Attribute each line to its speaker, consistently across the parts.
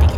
Speaker 1: dick-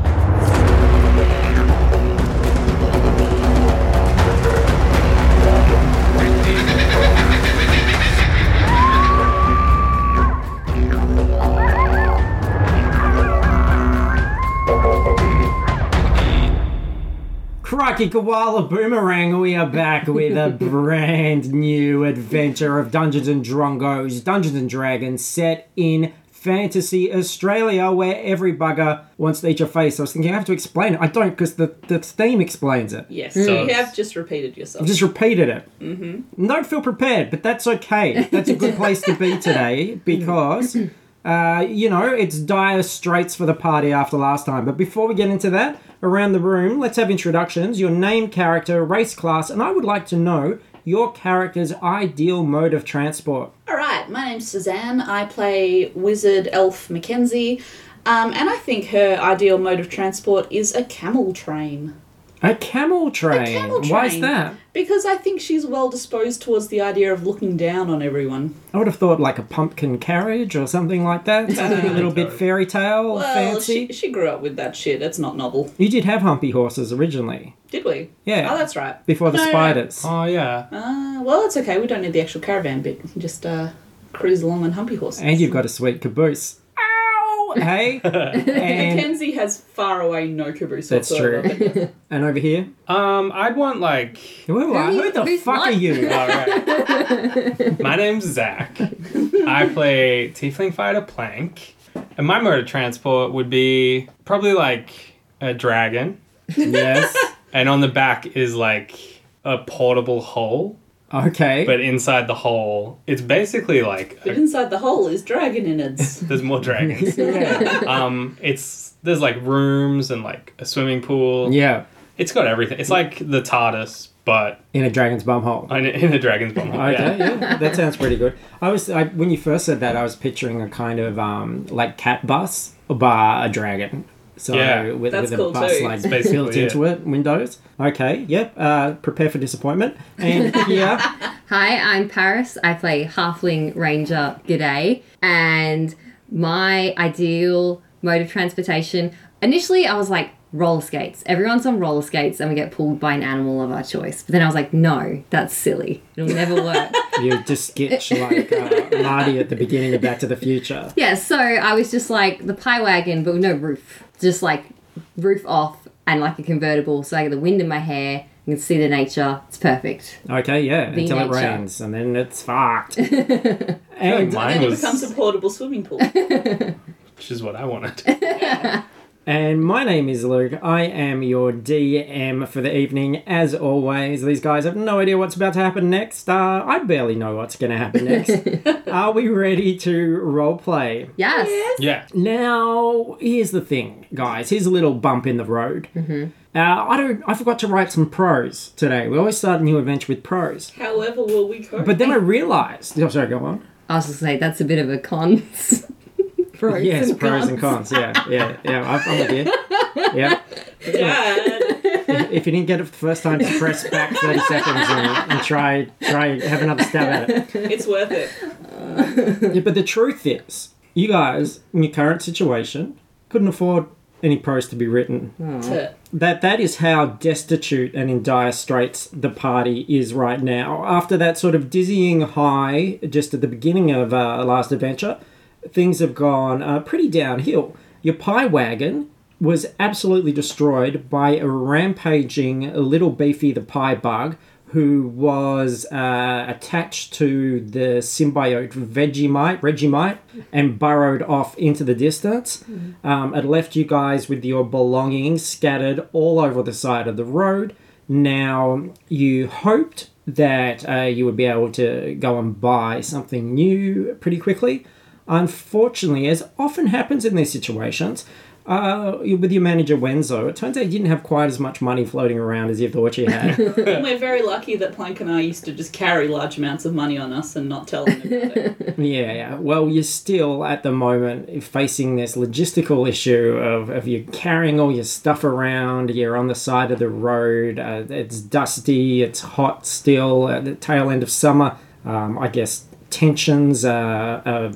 Speaker 2: Crikey Koala Boomerang, we are back with a brand new adventure of Dungeons and Drongos, Dungeons and Dragons, set in Fantasy Australia, where every bugger wants to eat your face. I was thinking I have to explain it. I don't, because the, the theme explains it.
Speaker 3: Yes,
Speaker 4: So-
Speaker 3: you have just repeated yourself.
Speaker 2: I've just repeated it. Mm-hmm. Don't feel prepared, but that's okay. That's a good place to be today because, uh, you know, it's dire straits for the party after last time. But before we get into that, around the room, let's have introductions your name, character, race, class, and I would like to know your character's ideal mode of transport.
Speaker 3: All right, my name's Suzanne. I play wizard elf Mackenzie, um, and I think her ideal mode of transport is a camel train.
Speaker 2: A camel train.
Speaker 3: A camel train.
Speaker 2: Why is that?
Speaker 3: Because I think she's well disposed towards the idea of looking down on everyone.
Speaker 2: I would have thought like a pumpkin carriage or something like that. Something a little bit fairy tale
Speaker 3: Well,
Speaker 2: fancy.
Speaker 3: She, she grew up with that shit. That's not novel,
Speaker 2: You did have humpy horses originally.
Speaker 3: did we?
Speaker 2: Yeah.
Speaker 3: Oh, that's right.
Speaker 2: Before the
Speaker 3: No, no, no.
Speaker 2: spiders.
Speaker 4: Oh yeah.
Speaker 3: Uh, well, that's okay. We don't need the actual caravan bit. We can just uh, cruise along on humpy horses.
Speaker 2: And you've got a sweet caboose. Ow! Hey? and,
Speaker 3: Mackenzie has far away no caboose
Speaker 2: that's
Speaker 3: whatsoever.
Speaker 2: true. and over here?
Speaker 4: Um, I'd want like.
Speaker 2: Who, am I?
Speaker 5: Who-
Speaker 2: Who the
Speaker 5: who's
Speaker 2: fuck
Speaker 5: not-
Speaker 2: are you?
Speaker 4: All right. my name's Zach. I play Tiefling Fighter Plank, and my mode of transport would be probably like a dragon,
Speaker 2: yes.
Speaker 4: and on the back is like a portable hole,
Speaker 2: Okay.
Speaker 4: but inside the hole, it's basically like
Speaker 3: But
Speaker 4: a,
Speaker 3: inside the hole is dragon innards.
Speaker 4: there's more dragons.
Speaker 2: yeah.
Speaker 4: Um, it's there's like rooms and like a swimming pool.
Speaker 2: yeah.
Speaker 4: It's got everything. It's like the TARDIS, but
Speaker 2: In a dragon's bum hole.
Speaker 4: in a, in a dragon's bum. hole.
Speaker 2: Okay, yeah, that sounds pretty good. I was I, when you first said that, I was picturing a kind of um like cat bus, bar a dragon. So
Speaker 4: Yeah.
Speaker 2: with,
Speaker 3: That's
Speaker 2: with a
Speaker 3: cool
Speaker 2: bus
Speaker 3: too.
Speaker 2: like
Speaker 4: basically
Speaker 2: built
Speaker 4: it.
Speaker 2: into it, windows. Okay, yep. Uh, prepare for disappointment. And here,
Speaker 5: Hi, I'm Paris. I play Halfling Ranger G'day. And my ideal mode of transportation initially, I was like, roller skates. Everyone's on roller skates and we get pulled by an animal of our choice. But then I was like, no, that's silly. It'll never work.
Speaker 2: you just sketch like uh, Marty at the beginning of Back to the Future.
Speaker 5: yeah, so I was just like the pie wagon, but with no roof. Just like roof off and like a convertible. So I get the wind in my hair. I can see the nature. It's perfect.
Speaker 2: Okay, yeah,
Speaker 5: The
Speaker 2: until it
Speaker 5: nature.
Speaker 2: rains, and then it's fucked. and,
Speaker 4: Mine
Speaker 3: and it
Speaker 4: was-
Speaker 3: becomes a portable swimming pool.
Speaker 4: which is what I wanted.
Speaker 2: and my name is Luke. I am your DM for the evening. As always, these guys have no idea what's about to happen next. Uh, I barely know what's going to happen next. Are we ready to role play?
Speaker 5: Yes.
Speaker 4: Yeah.
Speaker 2: Now, here's the thing, guys. Here's a little bump in the road. Mm-hmm. Uh, I don't. I forgot to write some prose today. We always start a new adventure with prose.
Speaker 3: However, will we cope?
Speaker 2: But then
Speaker 5: Eh.
Speaker 2: I realised. Oh, sorry, go on.
Speaker 5: I was just say that's a bit of a con. Pros
Speaker 2: Yes,
Speaker 5: and
Speaker 2: pros
Speaker 5: cons.
Speaker 2: and cons. Yeah, yeah, yeah. I'm- I'm with you. Yeah.
Speaker 3: Dad,
Speaker 2: If you didn't get it the first time, just press back 30 seconds and, and try, try, have another stab at it.
Speaker 3: it's worth it.
Speaker 2: Yeah, but the truth is, you guys, in your current situation, couldn't afford any prose to be written.
Speaker 3: To-
Speaker 2: That that is how destitute and in dire straits the party is right now. After that sort of dizzying high, just at the beginning of uh, last adventure, things have gone uh, pretty downhill. Your pie wagon was absolutely destroyed by a rampaging little beefy the pie bug who was uh, attached to the symbiote Vegemite, Regimite, and burrowed off into the distance. Um, it left you guys with your belongings scattered all over the side of the road. Now, you hoped that uh, you would be able to go and buy something new pretty quickly. Unfortunately, as often happens in these situations, uh, with your manager Wenzo, it turns out you didn't have quite as much money floating around as you thought you had.
Speaker 3: And we're very lucky that Plank and I used to just carry large amounts of money on us and not tell them about it.
Speaker 2: yeah, yeah. Well, you're still at the moment facing this logistical issue of, of you carrying all your stuff around, you're on the side of the road, uh, it's dusty, it's hot still at the tail end of summer. Um, I guess tensions are, are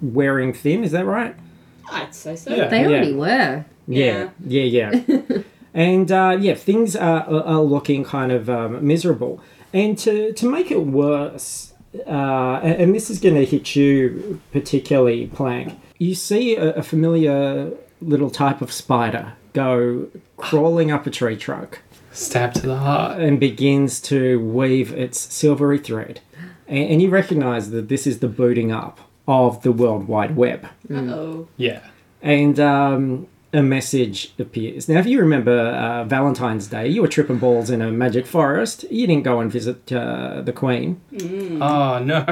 Speaker 2: wearing thin, is that right?
Speaker 3: I'd say so.
Speaker 4: Yeah.
Speaker 5: They already were.
Speaker 2: Yeah, yeah, yeah. and uh, yeah, things are, are looking kind of um, miserable. And to, to make it worse, uh, and and this is going to hit you particularly, Plank, you see a, a familiar little type of spider go crawling up a tree trunk
Speaker 4: Stab to the heart.
Speaker 2: and begins to weave its silvery thread. And, and you recognize that this is the booting up of the World Wide Web
Speaker 3: Uh-oh.
Speaker 4: Yeah.
Speaker 2: and um, a message appears. Now, if you remember uh, Valentine's Day, you were tripping balls in a magic forest. You didn't go and visit uh, the Queen.
Speaker 4: Oh no.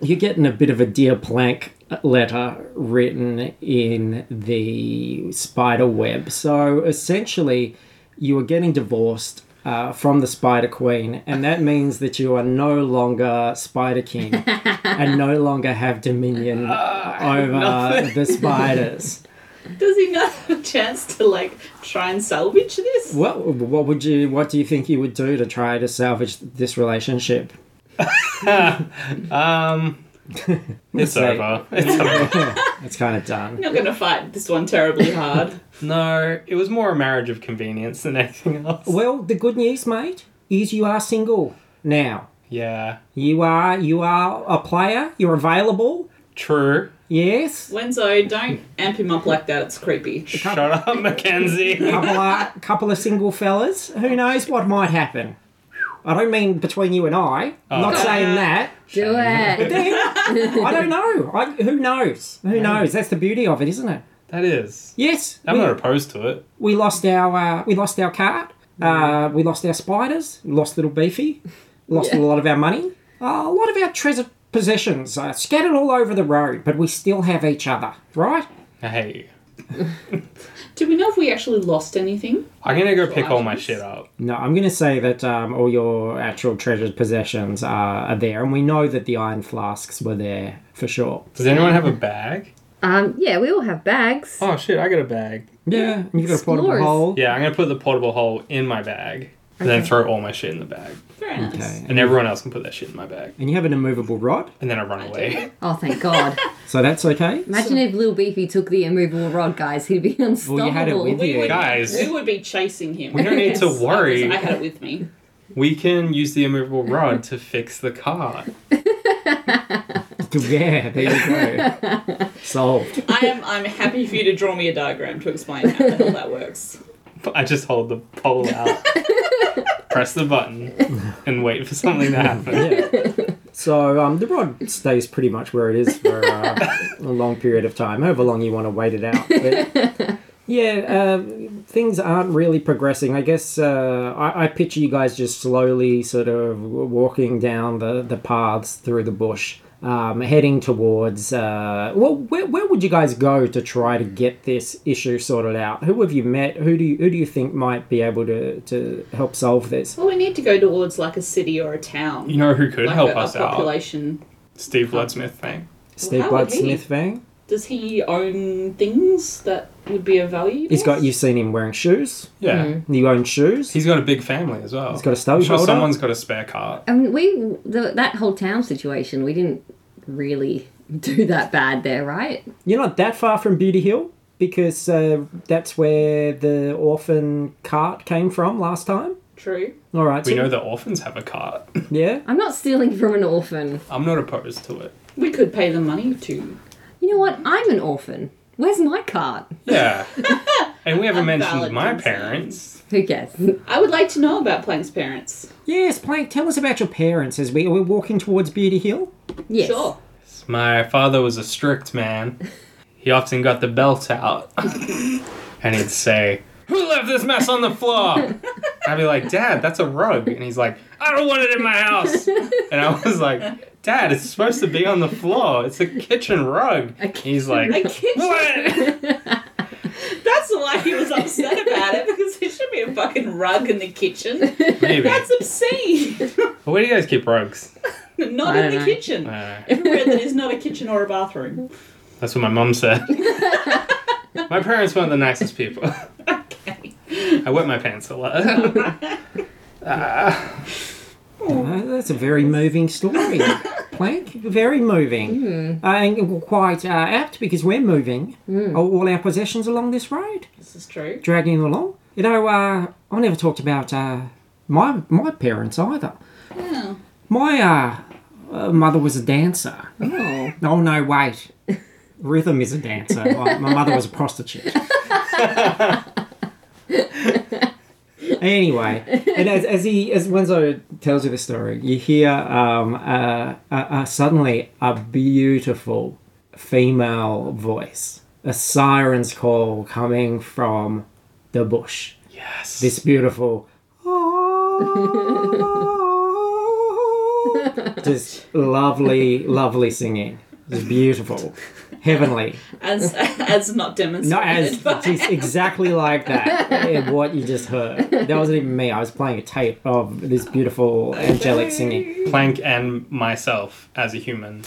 Speaker 2: You're getting a bit of a dear plank letter written in the spider web. So essentially, you are getting divorced. Uh, from the Spider Queen, and that means that you are no longer Spider King and no longer have dominion over the spiders.
Speaker 3: Does he not have a chance to, like, try and salvage this?
Speaker 2: Well, what would you? What do you think you would do to try to salvage this relationship?
Speaker 4: um. It's
Speaker 2: Say-
Speaker 4: over. It's over.
Speaker 2: It's kind of done.
Speaker 3: You're going to fight this one terribly hard.
Speaker 4: No, it was more a marriage of convenience than anything else.
Speaker 2: Well, the good news, mate, is you are single now.
Speaker 4: Yeah.
Speaker 2: You are you are a player. You're available.
Speaker 4: True.
Speaker 2: Yes.
Speaker 3: Wenzo, don't amp him up like that. It's creepy.
Speaker 4: Shut up, Mackenzie.
Speaker 2: Couple of couple of single fellas. Who knows what might happen? I don't mean between you and I. I'm Not saying that.
Speaker 5: Do it.
Speaker 2: I don't know. I, who knows? Who knows? That's the beauty of it, isn't it?
Speaker 4: That is.
Speaker 2: Yes.
Speaker 4: I'm
Speaker 2: we-
Speaker 4: not opposed to it.
Speaker 2: we lost our uh, we lost our cart. Uh, we lost our spiders. We lost little beefy. Lost a lot of our money. Uh, a lot of our treasure possessions uh, scattered all over the road. But we still have each other, right?
Speaker 4: I hate you.
Speaker 3: Do we know if we actually lost anything?
Speaker 4: I'm gonna go pick all my shit up.
Speaker 2: No, I'm going to say that um, all your actual treasured possessions are, are there, and we know that the iron flasks were there for sure.
Speaker 4: Does anyone have a bag?
Speaker 5: Um, yeah, we all have bags.
Speaker 4: Oh shit, I got a bag.
Speaker 2: Yeah, you've got a portable
Speaker 5: Explorers.
Speaker 2: hole.
Speaker 4: Yeah, I'm gonna put the portable hole in my bag and then throw all my shit in the bag.
Speaker 3: Very nice.
Speaker 2: Okay,
Speaker 4: And everyone else can put their shit in my bag.
Speaker 2: and you have an immovable rod,
Speaker 4: And then I run away.
Speaker 5: Oh, thank God.
Speaker 2: so that's okay.
Speaker 5: Imagine if Lil Beefy took the immovable rod, guys. He'd be unstoppable.
Speaker 2: Well, you had it with
Speaker 3: We
Speaker 2: you.
Speaker 3: would,
Speaker 4: Guys.
Speaker 3: we would be chasing him.
Speaker 4: We don't need to
Speaker 3: Yes, I
Speaker 4: worry.
Speaker 3: was- I had it with me.
Speaker 4: We can use the immovable rod to fix the car.
Speaker 2: Yeah, there you go. Solved.
Speaker 3: I am. I'm happy for you to draw me a diagram to explain how the hell that works.
Speaker 4: But I just hold the pole out, press the button, and wait for something to happen.
Speaker 2: yeah. So um, the rod stays pretty much where it is for uh, a long period of time, however long you want to wait it out. But, yeah, uh, things aren't really progressing. I guess uh, I, I picture you guys just slowly sort of walking down the, the paths through the bush. Um, heading towards uh, well, where, where would you guys go to try to get this issue sorted out? Who have you met? Who do you who do you think might be able to, to help solve this?
Speaker 3: Well, we need to go towards like a city or a town.
Speaker 4: You know who could
Speaker 3: like
Speaker 4: help
Speaker 3: a,
Speaker 4: us
Speaker 3: a
Speaker 4: out?
Speaker 3: population.
Speaker 4: Steve Bloodsmith thing.
Speaker 2: Steve
Speaker 3: how would he-
Speaker 2: Bloodsmith thing.
Speaker 3: Does he own things that would be of value? to
Speaker 2: He's got
Speaker 3: us?
Speaker 2: you've seen him wearing shoes.
Speaker 4: Yeah.
Speaker 2: You own shoes.
Speaker 4: He's got a big family as well. He's
Speaker 2: Mm-hmm. got a stove
Speaker 4: sure
Speaker 2: holder.
Speaker 4: someone's got a spare cart.
Speaker 5: I mean, we the, that whole town situation. We didn't really do that bad there, right?
Speaker 2: You're not that far from Beauty Hill because uh, that's where the orphan cart came from last time.
Speaker 3: True.
Speaker 2: All right.
Speaker 4: We
Speaker 2: so-
Speaker 4: know that orphans have a cart.
Speaker 2: Yeah.
Speaker 5: I'm not stealing from an orphan.
Speaker 4: I'm not opposed to it.
Speaker 3: We could pay them money to.
Speaker 5: You know what? I'm an orphan. Where's my cart?
Speaker 4: Yeah. and we haven't mentioned
Speaker 3: valid
Speaker 4: my
Speaker 3: concern.
Speaker 4: parents.
Speaker 5: Who cares?
Speaker 3: I would like to know about Plank's parents.
Speaker 2: Yes, Plank. Tell us about your parents as we we're walking towards Beauty Hill.
Speaker 5: Yes.
Speaker 3: Sure.
Speaker 4: My father was a strict man. He often got the belt out. and he'd say, Who left this mess on the floor? I'd be like, Dad, that's a rug. And he's like, I don't want it in my house. And I was like, Dad, it's supposed to be on the floor. It's a kitchen rug.
Speaker 5: A kitchen
Speaker 4: He's like,
Speaker 3: A kitchen
Speaker 4: what?
Speaker 3: That's why he was upset about it because there should be a fucking rug in the kitchen.
Speaker 4: Maybe.
Speaker 3: That's obscene.
Speaker 4: But Where do you guys keep rugs?
Speaker 3: not
Speaker 5: I
Speaker 3: in
Speaker 5: don't
Speaker 3: the
Speaker 5: know.
Speaker 4: I
Speaker 3: kitchen.
Speaker 4: don't know.
Speaker 3: Everywhere that is not a kitchen or a bathroom.
Speaker 4: That's what my mum said. my parents weren't the nicest people.
Speaker 3: Okay. Oh.
Speaker 4: I wet my pants a lot.
Speaker 2: Uh, that's a very moving story. Plank, very moving.
Speaker 4: Hmm.
Speaker 2: Uh, and quite uh, apt because we're moving all, all our possessions along this road,
Speaker 3: This is true.
Speaker 2: dragging them along. You know, uh, I never talked about uh, my, my parents either.
Speaker 3: Oh.
Speaker 2: My uh, uh, mother was a dancer.
Speaker 5: Oh.
Speaker 2: Oh, no, wait. Rhythm is a dancer. Oh, My, my mother was a prostitute. anyway, and as, as he as Wenzo tells you the story, you hear um, uh, uh, uh, suddenly a beautiful female voice, a siren's call coming from the bush.
Speaker 4: yes.
Speaker 2: This beautiful. just lovely, lovely singing. Just beautiful, heavenly.
Speaker 3: As as not demonstrated.
Speaker 2: Not as
Speaker 3: by-
Speaker 2: just exactly like that. eh, What you just heard. That wasn't even me. I was playing a tape of this beautiful angelic singing.
Speaker 4: Plank and myself as a human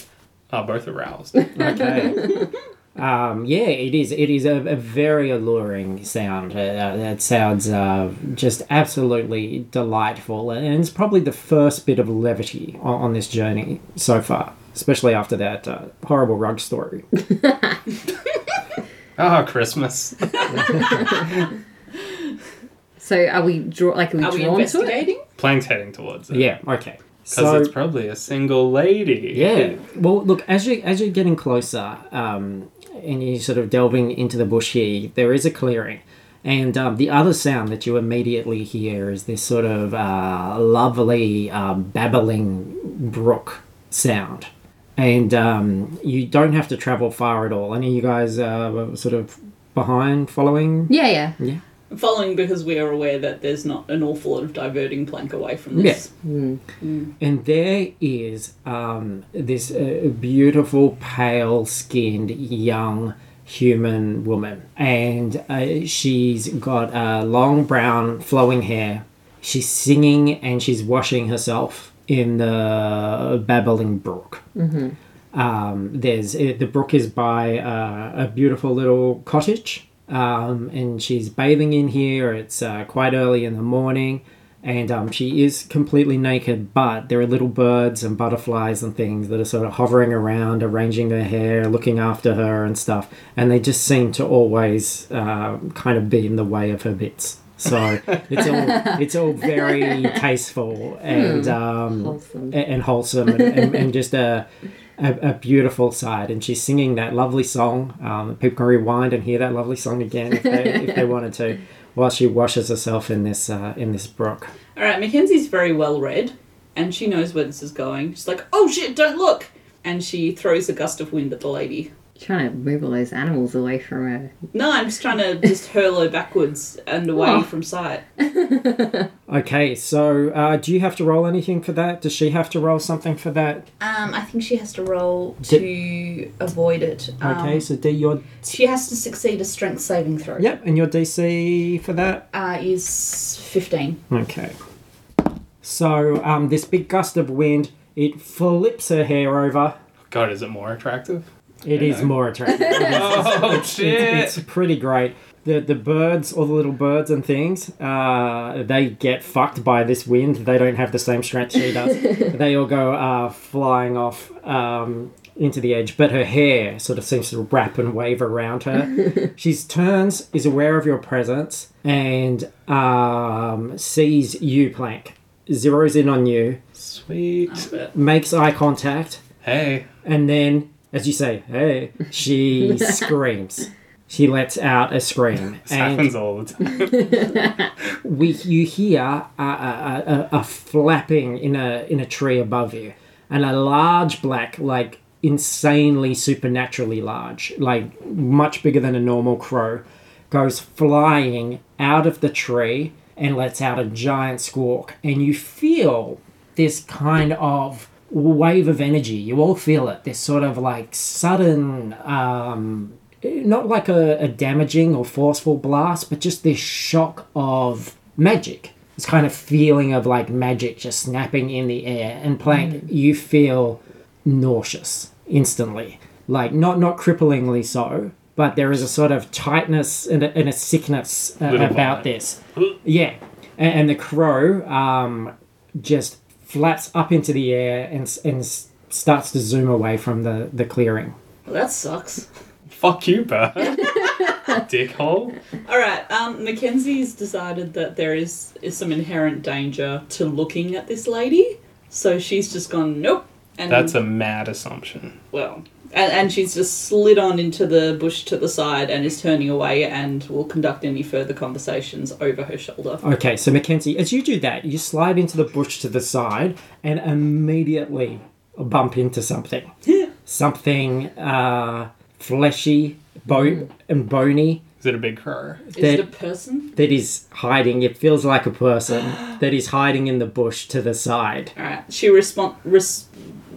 Speaker 4: are both aroused.
Speaker 2: Okay. Um, yeah, it is. It is a, a very alluring sound. Uh, uh, that sounds uh, just absolutely delightful, and it's probably the first bit of levity on, on this journey so far. Especially after that uh, horrible rug story.
Speaker 4: Oh, Christmas.
Speaker 5: So are we draw like are we
Speaker 3: Are we
Speaker 5: drawn to it?
Speaker 3: investigating?
Speaker 4: Plank's heading towards it.
Speaker 2: Yeah. Okay.
Speaker 4: Because it's probably a single lady.
Speaker 2: Yeah. Well, look as you as you're getting closer, um, and you're sort of delving into the bush here, there is a clearing, and um, the other sound that you immediately hear is this sort of uh, lovely um, babbling brook sound, and um, you don't have to travel far at all. Any of you guys uh, sort of behind, following?
Speaker 5: Yeah, yeah.
Speaker 2: Yeah.
Speaker 3: Following because we are aware that there's not an awful lot of diverting plank away from this.
Speaker 2: And there is um, this uh, beautiful, pale skinned young human woman. And uh, she's got uh, long brown flowing hair. She's singing and she's washing herself in the babbling brook. Um, there's uh, the brook is by uh, a beautiful little cottage, um, and she's bathing in here. It's uh, quite early in the morning, and um, she is completely naked. But there are little birds and butterflies and things that are sort of hovering around, arranging her hair, looking after her and stuff. And they just seem to always uh, kind of be in the way of her bits. So it's all it's all very tasteful and um,
Speaker 5: Wholesome.
Speaker 2: a- and wholesome and, and, and just a, a a beautiful side. And she's singing that lovely song. Um, people can rewind and hear that lovely song again if they, if they wanted to, while she washes herself in this uh, in this brook.
Speaker 3: All right, Mackenzie's very well read, and she knows where this is going. She's like, "Oh shit, don't look!" And she throws a gust of wind at the lady.
Speaker 5: Trying to move all those animals away from her.
Speaker 3: No, I'm just trying to just hurl her backwards and away
Speaker 5: Aw.
Speaker 3: from sight.
Speaker 2: Okay, so uh, do you have to roll anything for that? Does she have to roll something for that?
Speaker 3: Um, I think she has to roll
Speaker 2: Did-
Speaker 3: to avoid it. Um,
Speaker 2: Okay, so D your
Speaker 3: she has to succeed a strength saving throw.
Speaker 2: yep, and your DC for that.
Speaker 3: Uh, is 15.
Speaker 2: Okay. So um, this big gust of wind, it flips her hair over.
Speaker 4: God, is it more attractive?
Speaker 2: It is more attractive. It is-
Speaker 4: Oh,
Speaker 2: it's,
Speaker 4: shit.
Speaker 2: it's pretty great. The the birds, all the little birds and things, uh, they get fucked by this wind. They don't have the same strength she does. they all go uh, flying off um, into the edge, but her hair sort of seems to wrap and wave around her. she turns, is aware of your presence, and um, sees you, Plank. Zeroes in on you,
Speaker 4: Sweet.
Speaker 2: makes eye contact,
Speaker 4: Hey.
Speaker 2: and then, as you say, hey, she screams. She lets out a scream.
Speaker 4: This
Speaker 2: and
Speaker 4: happens all the time.
Speaker 2: we, you hear a, a, a, a flapping in a, in a tree above you. And a large black, like insanely supernaturally large, like much bigger than a normal crow, goes flying out of the tree and lets out a giant squawk. And you feel this kind of wave of energy. You all feel it. This sort of like sudden, um, not like a, a damaging or forceful blast, but just this shock of magic. This kind of feeling of like magic just snapping in the air. And Plank, you feel nauseous instantly. Like not not cripplingly so, but there is a sort of tightness and a, and a sickness uh,
Speaker 4: Little
Speaker 2: about
Speaker 4: vomit.
Speaker 2: this. Yeah, and, and the crow um, just flaps up into the air and s- and s- starts to zoom away from the the clearing.
Speaker 3: Well, that sucks.
Speaker 4: Fuck you, bird. Dickhole.
Speaker 3: All right, um, Mackenzie's decided that there is, is some inherent danger to looking at this lady, so she's just gone, nope. And,
Speaker 4: That's a mad assumption.
Speaker 3: Well, and, and she's just slid on into the bush to the side and is turning away and will conduct any further conversations over her shoulder.
Speaker 2: Okay, so Mackenzie, as you do that, you slide into the bush to the side and immediately bump into something. something uh, fleshy, bo- and bony
Speaker 4: Is it a big crow?
Speaker 3: Is it
Speaker 2: That-
Speaker 3: a person?
Speaker 2: that is hiding. It feels like a person that is hiding in the bush to the side.
Speaker 3: All right, she respond. Res-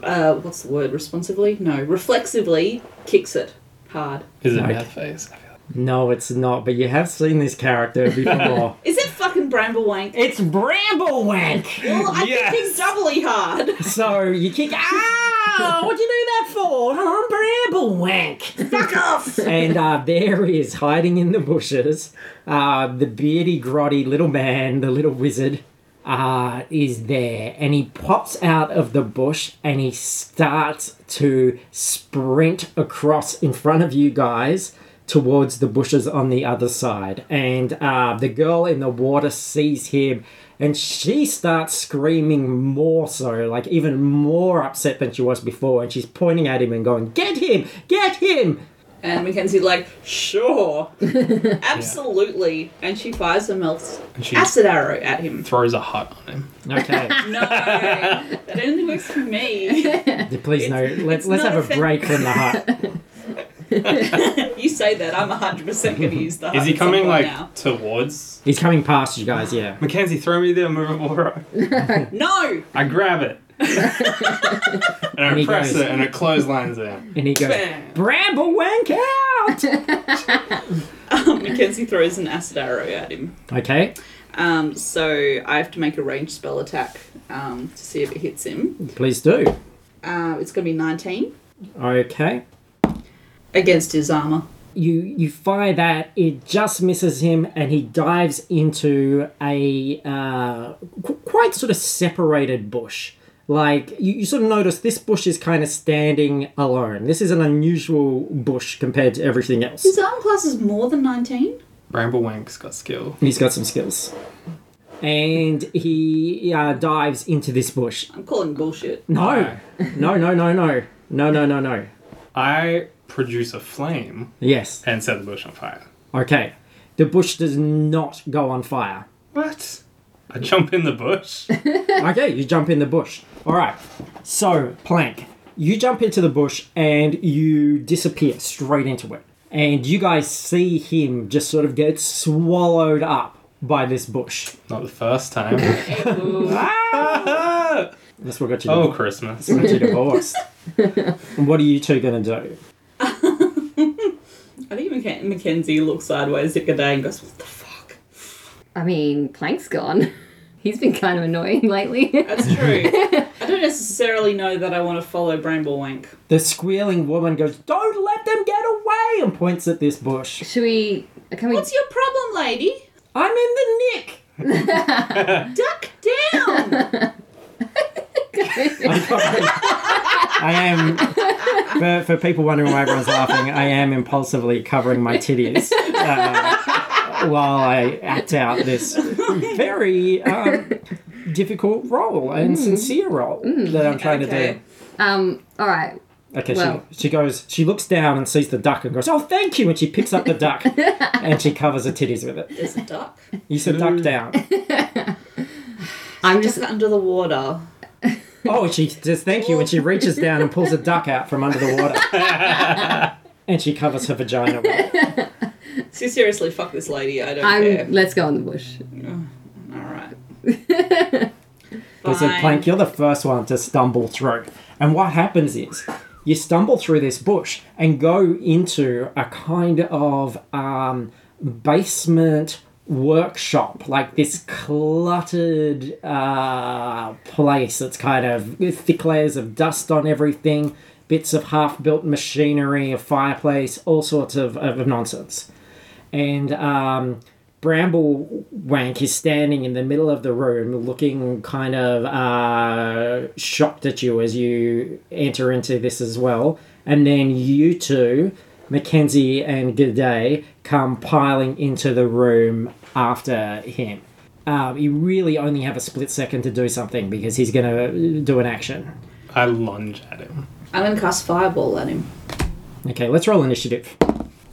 Speaker 3: uh, what's the word? Responsively? No, reflexively kicks it hard.
Speaker 4: Is it
Speaker 2: Okay.
Speaker 4: mad face? I feel like-
Speaker 2: No, it's not, but you have seen this character before.
Speaker 3: Is it fucking Bramblewank?
Speaker 2: it's Bramblewank!
Speaker 3: Well, I'm
Speaker 4: Yes.
Speaker 3: thinking doubly hard.
Speaker 2: So you kick. Ah! What'd you do that for? I'm Bramblewank!
Speaker 3: Fuck off!
Speaker 2: and uh, there he is, hiding in the bushes. Uh, the beardy, grotty little man, the little wizard, uh, is there. And he pops out of the bush and he starts to sprint across in front of you guys towards the bushes on the other side. And uh, the girl in the water sees him. And she starts screaming more so, like even more upset than she was before. And she's pointing at him and going, Get him! Get him!
Speaker 3: And Mackenzie's like, sure, absolutely. And she fires a melt
Speaker 4: And she
Speaker 3: acid arrow at him.
Speaker 4: throws a hut on him.
Speaker 2: Okay.
Speaker 3: No, that only works for me.
Speaker 2: Please no. Let's let's
Speaker 3: not
Speaker 2: have a
Speaker 3: offend-
Speaker 2: break from the hut.
Speaker 3: You say that, I'm 100% going to use that.
Speaker 4: Is he coming like
Speaker 3: Now.
Speaker 4: towards?
Speaker 2: He's coming past you guys. Yeah.
Speaker 4: Mackenzie, throw me the immovable rock.
Speaker 3: No!
Speaker 4: I grab it. and I
Speaker 2: And he
Speaker 4: press
Speaker 2: goes-
Speaker 4: it and it clotheslines him.
Speaker 2: And he goes,
Speaker 3: Bam.
Speaker 2: Bramble wank out.
Speaker 3: Um, Mackenzie throws an acid arrow at him.
Speaker 2: Okay.
Speaker 3: Um, so I have to make a ranged spell attack um, to see if it hits him.
Speaker 2: Please do.
Speaker 3: Uh, it's going to be 19
Speaker 2: Okay.
Speaker 3: against his armor.
Speaker 2: You you fire that. It just misses him, and he dives into a uh, qu- quite sort of separated bush. Like you, you sort of notice this bush is kind of standing alone. This is an unusual bush compared to everything else.
Speaker 3: His arm class is more than 19.
Speaker 4: Bramblewank's got skill.
Speaker 2: He's got some skills. And he uh, dives into this bush.
Speaker 3: I'm calling bullshit.
Speaker 2: No, no, no, no, no, no, no, no, no.
Speaker 4: I produce a flame
Speaker 2: Yes.
Speaker 4: and set the bush on fire.
Speaker 2: Okay. The bush does not go on fire.
Speaker 4: What? I jump in the bush.
Speaker 2: Okay, you jump in the bush. All right. So, Plank, you jump into the bush and you disappear straight into it. And you guys see him just sort of get swallowed up by this bush.
Speaker 4: Not the first time. Ah!
Speaker 2: That's what got you,
Speaker 4: oh, Christmas.
Speaker 2: got you divorced. and what are you two going to do?
Speaker 3: I think Mac- Mackenzie looks sideways at G'day and goes, What the fuck?
Speaker 5: I mean, Plank's gone. He's been kind of annoying lately.
Speaker 3: That's true. I don't necessarily know that I want to follow Bramblewank.
Speaker 2: The squealing woman goes, Don't let them get away! and points at this bush.
Speaker 5: Should we? Can we?
Speaker 3: What's your problem, lady?
Speaker 2: I'm in the nick!
Speaker 3: Duck down!
Speaker 2: I am for, for people wondering why everyone's laughing. I am impulsively covering my titties uh, while I act out this very um, difficult role and sincere role that I'm trying to
Speaker 3: Okay.
Speaker 2: do.
Speaker 5: Um. All right.
Speaker 2: Okay,
Speaker 5: Well.
Speaker 2: she, she goes. She looks down and sees the duck and goes, "Oh, thank you!" And she picks up the duck and she covers her titties with it.
Speaker 3: There's a duck.
Speaker 2: You said duck down.
Speaker 5: I'm
Speaker 3: Just
Speaker 5: just.
Speaker 3: under the water.
Speaker 2: Oh, she says thank you, and she reaches down and pulls a duck out from under the water. and she covers her vagina with it.
Speaker 3: So seriously, fuck this lady. I don't
Speaker 5: I'm.
Speaker 3: care.
Speaker 5: Let's go in the bush.
Speaker 3: All right.
Speaker 2: They said,
Speaker 3: Fine.
Speaker 2: Plank, you're the first one to stumble through. And what happens is you stumble through this bush and go into a kind of um, basement workshop, like this cluttered uh, place that's kind of thick layers of dust on everything, bits of half built machinery, a fireplace, all sorts of, of nonsense and um, Bramble Wank is standing in the middle of the room, looking kind of uh, shocked at you as you enter into this as well. And then you two, Mackenzie and G'day, come piling into the room after him. Um, you really only have a split second to do something because he's going to do an action.
Speaker 4: I lunge at him.
Speaker 3: I'm going to cast Fireball at him.
Speaker 2: Okay, let's roll initiative.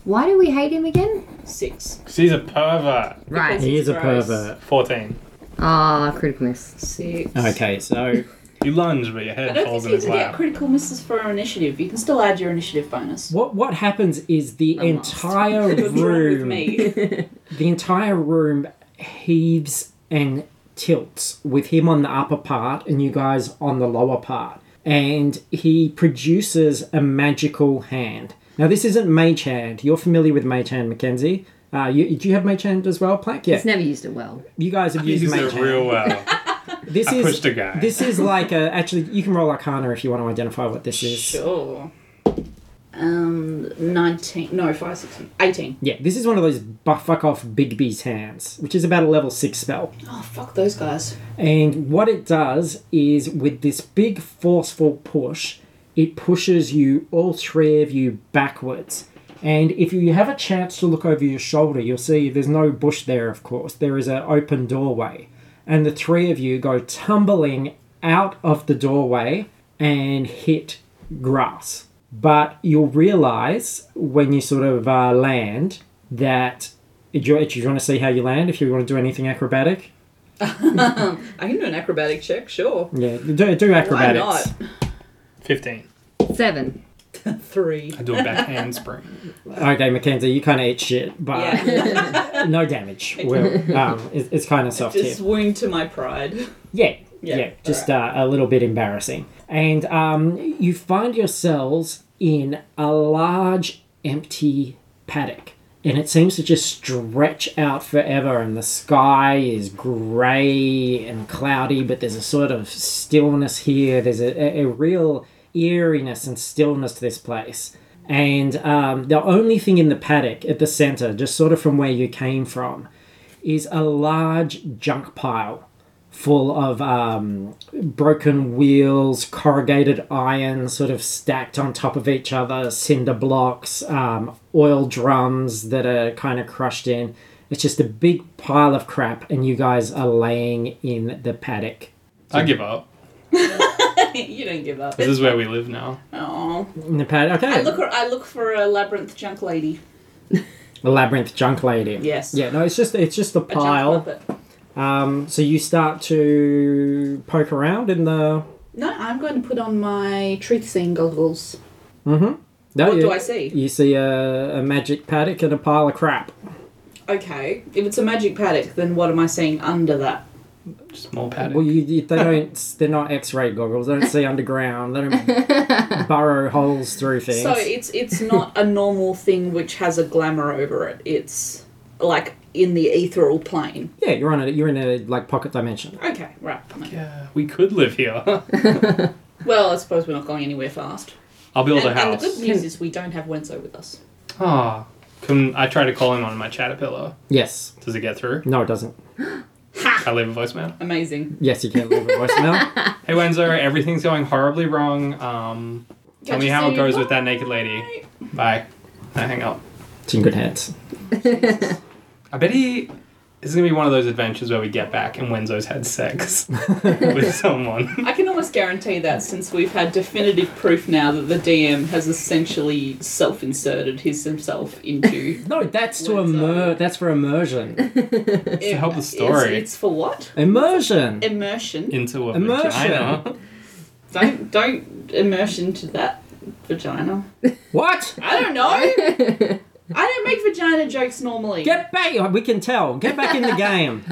Speaker 5: Why do we hate him again?
Speaker 3: Six.
Speaker 4: 'Cause he's a pervert.
Speaker 5: Right.
Speaker 2: He is a
Speaker 3: Gross.
Speaker 2: pervert.
Speaker 4: 14.
Speaker 5: Ah, critical miss.
Speaker 3: Six.
Speaker 2: Okay, so
Speaker 4: You lunge, but your head
Speaker 3: I don't
Speaker 4: falls
Speaker 3: think
Speaker 4: in
Speaker 3: you
Speaker 4: his
Speaker 3: can get
Speaker 4: lap.
Speaker 3: critical misses for an initiative. You can still add your initiative bonus.
Speaker 2: what what happens is the
Speaker 5: I'm lost.
Speaker 2: entire
Speaker 3: You're drawn with
Speaker 2: room
Speaker 3: me.
Speaker 2: the entire room heaves and tilts with him on the upper part and you guys on the lower part and he produces a magical hand now this isn't mage hand you're familiar with mage hand mackenzie uh, you, do you have mage hand as well plank yeah
Speaker 5: He's never used it well.
Speaker 2: you guys have
Speaker 4: He's
Speaker 2: used
Speaker 4: a
Speaker 2: mage hand
Speaker 4: real well.
Speaker 2: this
Speaker 4: I
Speaker 2: is
Speaker 4: pushed a guy.
Speaker 2: this is like a actually you can roll arcana if you want to identify what this is
Speaker 3: Sure. Um, 19. No, 5, 6, 18.
Speaker 2: yeah this is one of those bu- fuck off bigby's hands which is about a level 6 spell
Speaker 3: Oh, fuck those guys.
Speaker 2: And what it does is with this big forceful push, it pushes you, all three of you, backwards. And if you have a chance to look over your shoulder, you'll see there's no bush there, of course. There is an open doorway. And the three of you go tumbling out of the doorway and hit grass. But you'll realize when you sort of uh, land that. Do you, do you want to see how you land if you want to do anything acrobatic?
Speaker 3: I can do an acrobatic check, sure.
Speaker 2: Yeah, do, do acrobatics.
Speaker 3: Why
Speaker 4: 15.
Speaker 5: Seven.
Speaker 3: not? Three.
Speaker 4: I do a back handspring.
Speaker 2: Okay, Mackenzie, you kind of eat shit, but
Speaker 3: Yeah.
Speaker 2: no damage. Well, um, it, it's kind of soft here.
Speaker 3: Just wound to my pride.
Speaker 2: Yeah, yeah,
Speaker 3: Yeah,
Speaker 2: just uh, a little bit embarrassing. And um, you find yourselves in a large empty paddock. And it seems to just stretch out forever, and the sky is grey and cloudy, but there's a sort of stillness here. There's a, a, a real eeriness and stillness to this place. And um, the only thing in the paddock at the centre, just sort of from where you came from, is a large junk pile full of um, broken wheels, corrugated iron, sort of stacked on top of each other, cinder blocks, um, oil drums that are kind of crushed in. It's just a big pile of crap, and you guys are laying in the paddock.
Speaker 4: I give up.
Speaker 3: you don't give up.
Speaker 4: This is where we live now.
Speaker 3: Oh.
Speaker 2: In the paddock, okay.
Speaker 3: I look, I look for a labyrinth junk lady.
Speaker 2: The labyrinth junk lady.
Speaker 3: Yes.
Speaker 2: Yeah, no, it's just it's just a
Speaker 3: A junk
Speaker 2: pile.
Speaker 3: puppet.
Speaker 2: Um, so you start to poke around in the.
Speaker 3: No, I'm going to put on my truth seeing goggles.
Speaker 2: No,
Speaker 3: What
Speaker 2: you,
Speaker 3: do I see?
Speaker 2: You see a, a magic paddock and a pile of crap.
Speaker 3: Okay, if it's a magic paddock, then what am I seeing under that?
Speaker 4: Small paddock.
Speaker 2: Well, you, you, they don't. They're not X-ray goggles. They don't see underground. They don't burrow holes through things.
Speaker 3: So it's it's not a normal thing which has a glamour over it. It's like in the ethereal plane.
Speaker 2: yeah, you're on a you're in a like pocket dimension.
Speaker 3: Okay, right. fine.
Speaker 4: yeah, we could live here.
Speaker 3: Well, I suppose we're not going anywhere fast.
Speaker 4: I'll build
Speaker 3: And,
Speaker 4: a
Speaker 3: and the good
Speaker 4: house.
Speaker 3: news is we don't have Wenzo with us.
Speaker 4: Ah, can I try to call him on my Chatterpillar?
Speaker 2: Yes.
Speaker 4: Does it get through?
Speaker 2: No, it doesn't.
Speaker 3: Ah.
Speaker 4: I leave a voicemail.
Speaker 3: Amazing.
Speaker 2: Yes, you can leave a voicemail.
Speaker 4: Hey Wenzo, everything's going horribly wrong. Um, tell
Speaker 3: Catch
Speaker 4: me
Speaker 3: you
Speaker 4: how it
Speaker 3: soon.
Speaker 4: goes with that naked lady. Bye. I hang up.
Speaker 2: It's in good hands.
Speaker 4: I bet he. This is gonna be one of those adventures where we get back and Wenzo's had sex with someone.
Speaker 3: I can almost guarantee that since we've had definitive proof now that the DM has essentially self-inserted his himself into.
Speaker 2: No, that's to
Speaker 3: When's
Speaker 2: immer.
Speaker 3: up?
Speaker 2: That's for immersion.
Speaker 3: to
Speaker 4: help the story.
Speaker 3: It's, it's for what?
Speaker 2: Immersion.
Speaker 3: Immersion.
Speaker 4: Into a
Speaker 2: Immersion.
Speaker 4: vagina.
Speaker 3: Don't don't immerse into that vagina.
Speaker 2: What?
Speaker 3: I don't know. I don't make vagina jokes normally.
Speaker 2: Get back. We can tell. Get back in the game.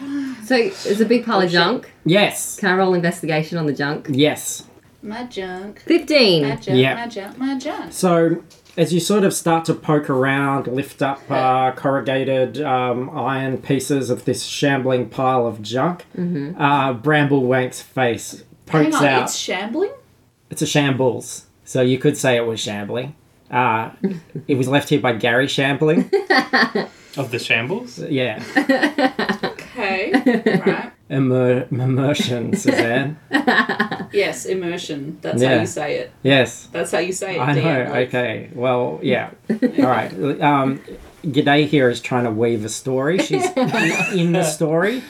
Speaker 2: Oh,
Speaker 5: So it's a big pile of junk.
Speaker 2: Yes.
Speaker 5: Can I roll investigation on the junk?
Speaker 2: Yes.
Speaker 3: My junk.
Speaker 5: 15.
Speaker 2: Mm,
Speaker 3: My junk.
Speaker 2: Yeah.
Speaker 3: My junk. My junk.
Speaker 2: So, as you sort of start to poke around, lift up uh, corrugated um, iron pieces of this shambling pile of junk, uh, Bramble Wank's face
Speaker 3: Mm-hmm. Hang
Speaker 2: pokes
Speaker 3: on,
Speaker 2: out.
Speaker 3: it's shambling.
Speaker 2: It's a shambles. So you could say it was shambling. Uh, it was left here by Gary Shambling.
Speaker 4: Of the shambles?
Speaker 2: Yeah.
Speaker 3: Okay. right.
Speaker 2: Immer- immersion, Suzanne.
Speaker 3: Yes, immersion. That's how
Speaker 2: Yeah.
Speaker 3: you say it.
Speaker 2: Yes.
Speaker 3: That's how you say it.
Speaker 2: I know.
Speaker 3: Dan. Like,
Speaker 2: Okay. Well, yeah. All right. Um, G'day here is trying to weave a story. She's in the story.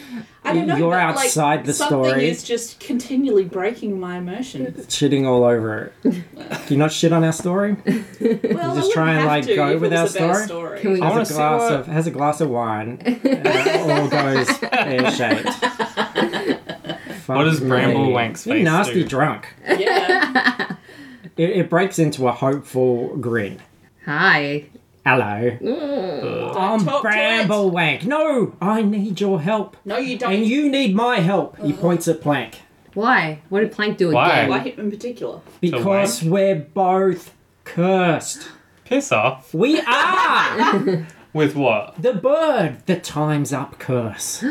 Speaker 3: I don't know.
Speaker 2: You're
Speaker 3: but, like,
Speaker 2: outside the
Speaker 3: Something
Speaker 2: story.
Speaker 3: is just continually breaking my immersion.
Speaker 2: shitting all over it. Do you not shit on our story?
Speaker 3: Well,
Speaker 2: just
Speaker 3: I
Speaker 2: try and,
Speaker 3: wouldn't have
Speaker 2: like,
Speaker 3: to
Speaker 2: go
Speaker 3: if it
Speaker 2: with
Speaker 3: was
Speaker 2: our
Speaker 3: a better
Speaker 2: story?
Speaker 5: Can we-
Speaker 4: I wanna
Speaker 2: Has a
Speaker 4: see
Speaker 2: glass
Speaker 4: what-
Speaker 2: of has a glass of wine. and it all goes pear shaped.
Speaker 4: What does Bramble Wank's face
Speaker 2: Nasty
Speaker 4: do?
Speaker 2: drunk.
Speaker 3: Yeah.
Speaker 2: It, it breaks into a hopeful grin.
Speaker 5: Hi.
Speaker 2: Hello, I'm
Speaker 3: talk to
Speaker 2: Um, Bramble Wank. No, I need your help,
Speaker 3: No, you don't.
Speaker 2: and you need my help. He points at Plank
Speaker 5: Why? What did Plank do
Speaker 4: Why?
Speaker 5: again?
Speaker 3: Why him in particular?
Speaker 2: because we're both cursed.
Speaker 4: Piss off.
Speaker 2: We are
Speaker 4: With what?
Speaker 2: the bird. The time's up curse.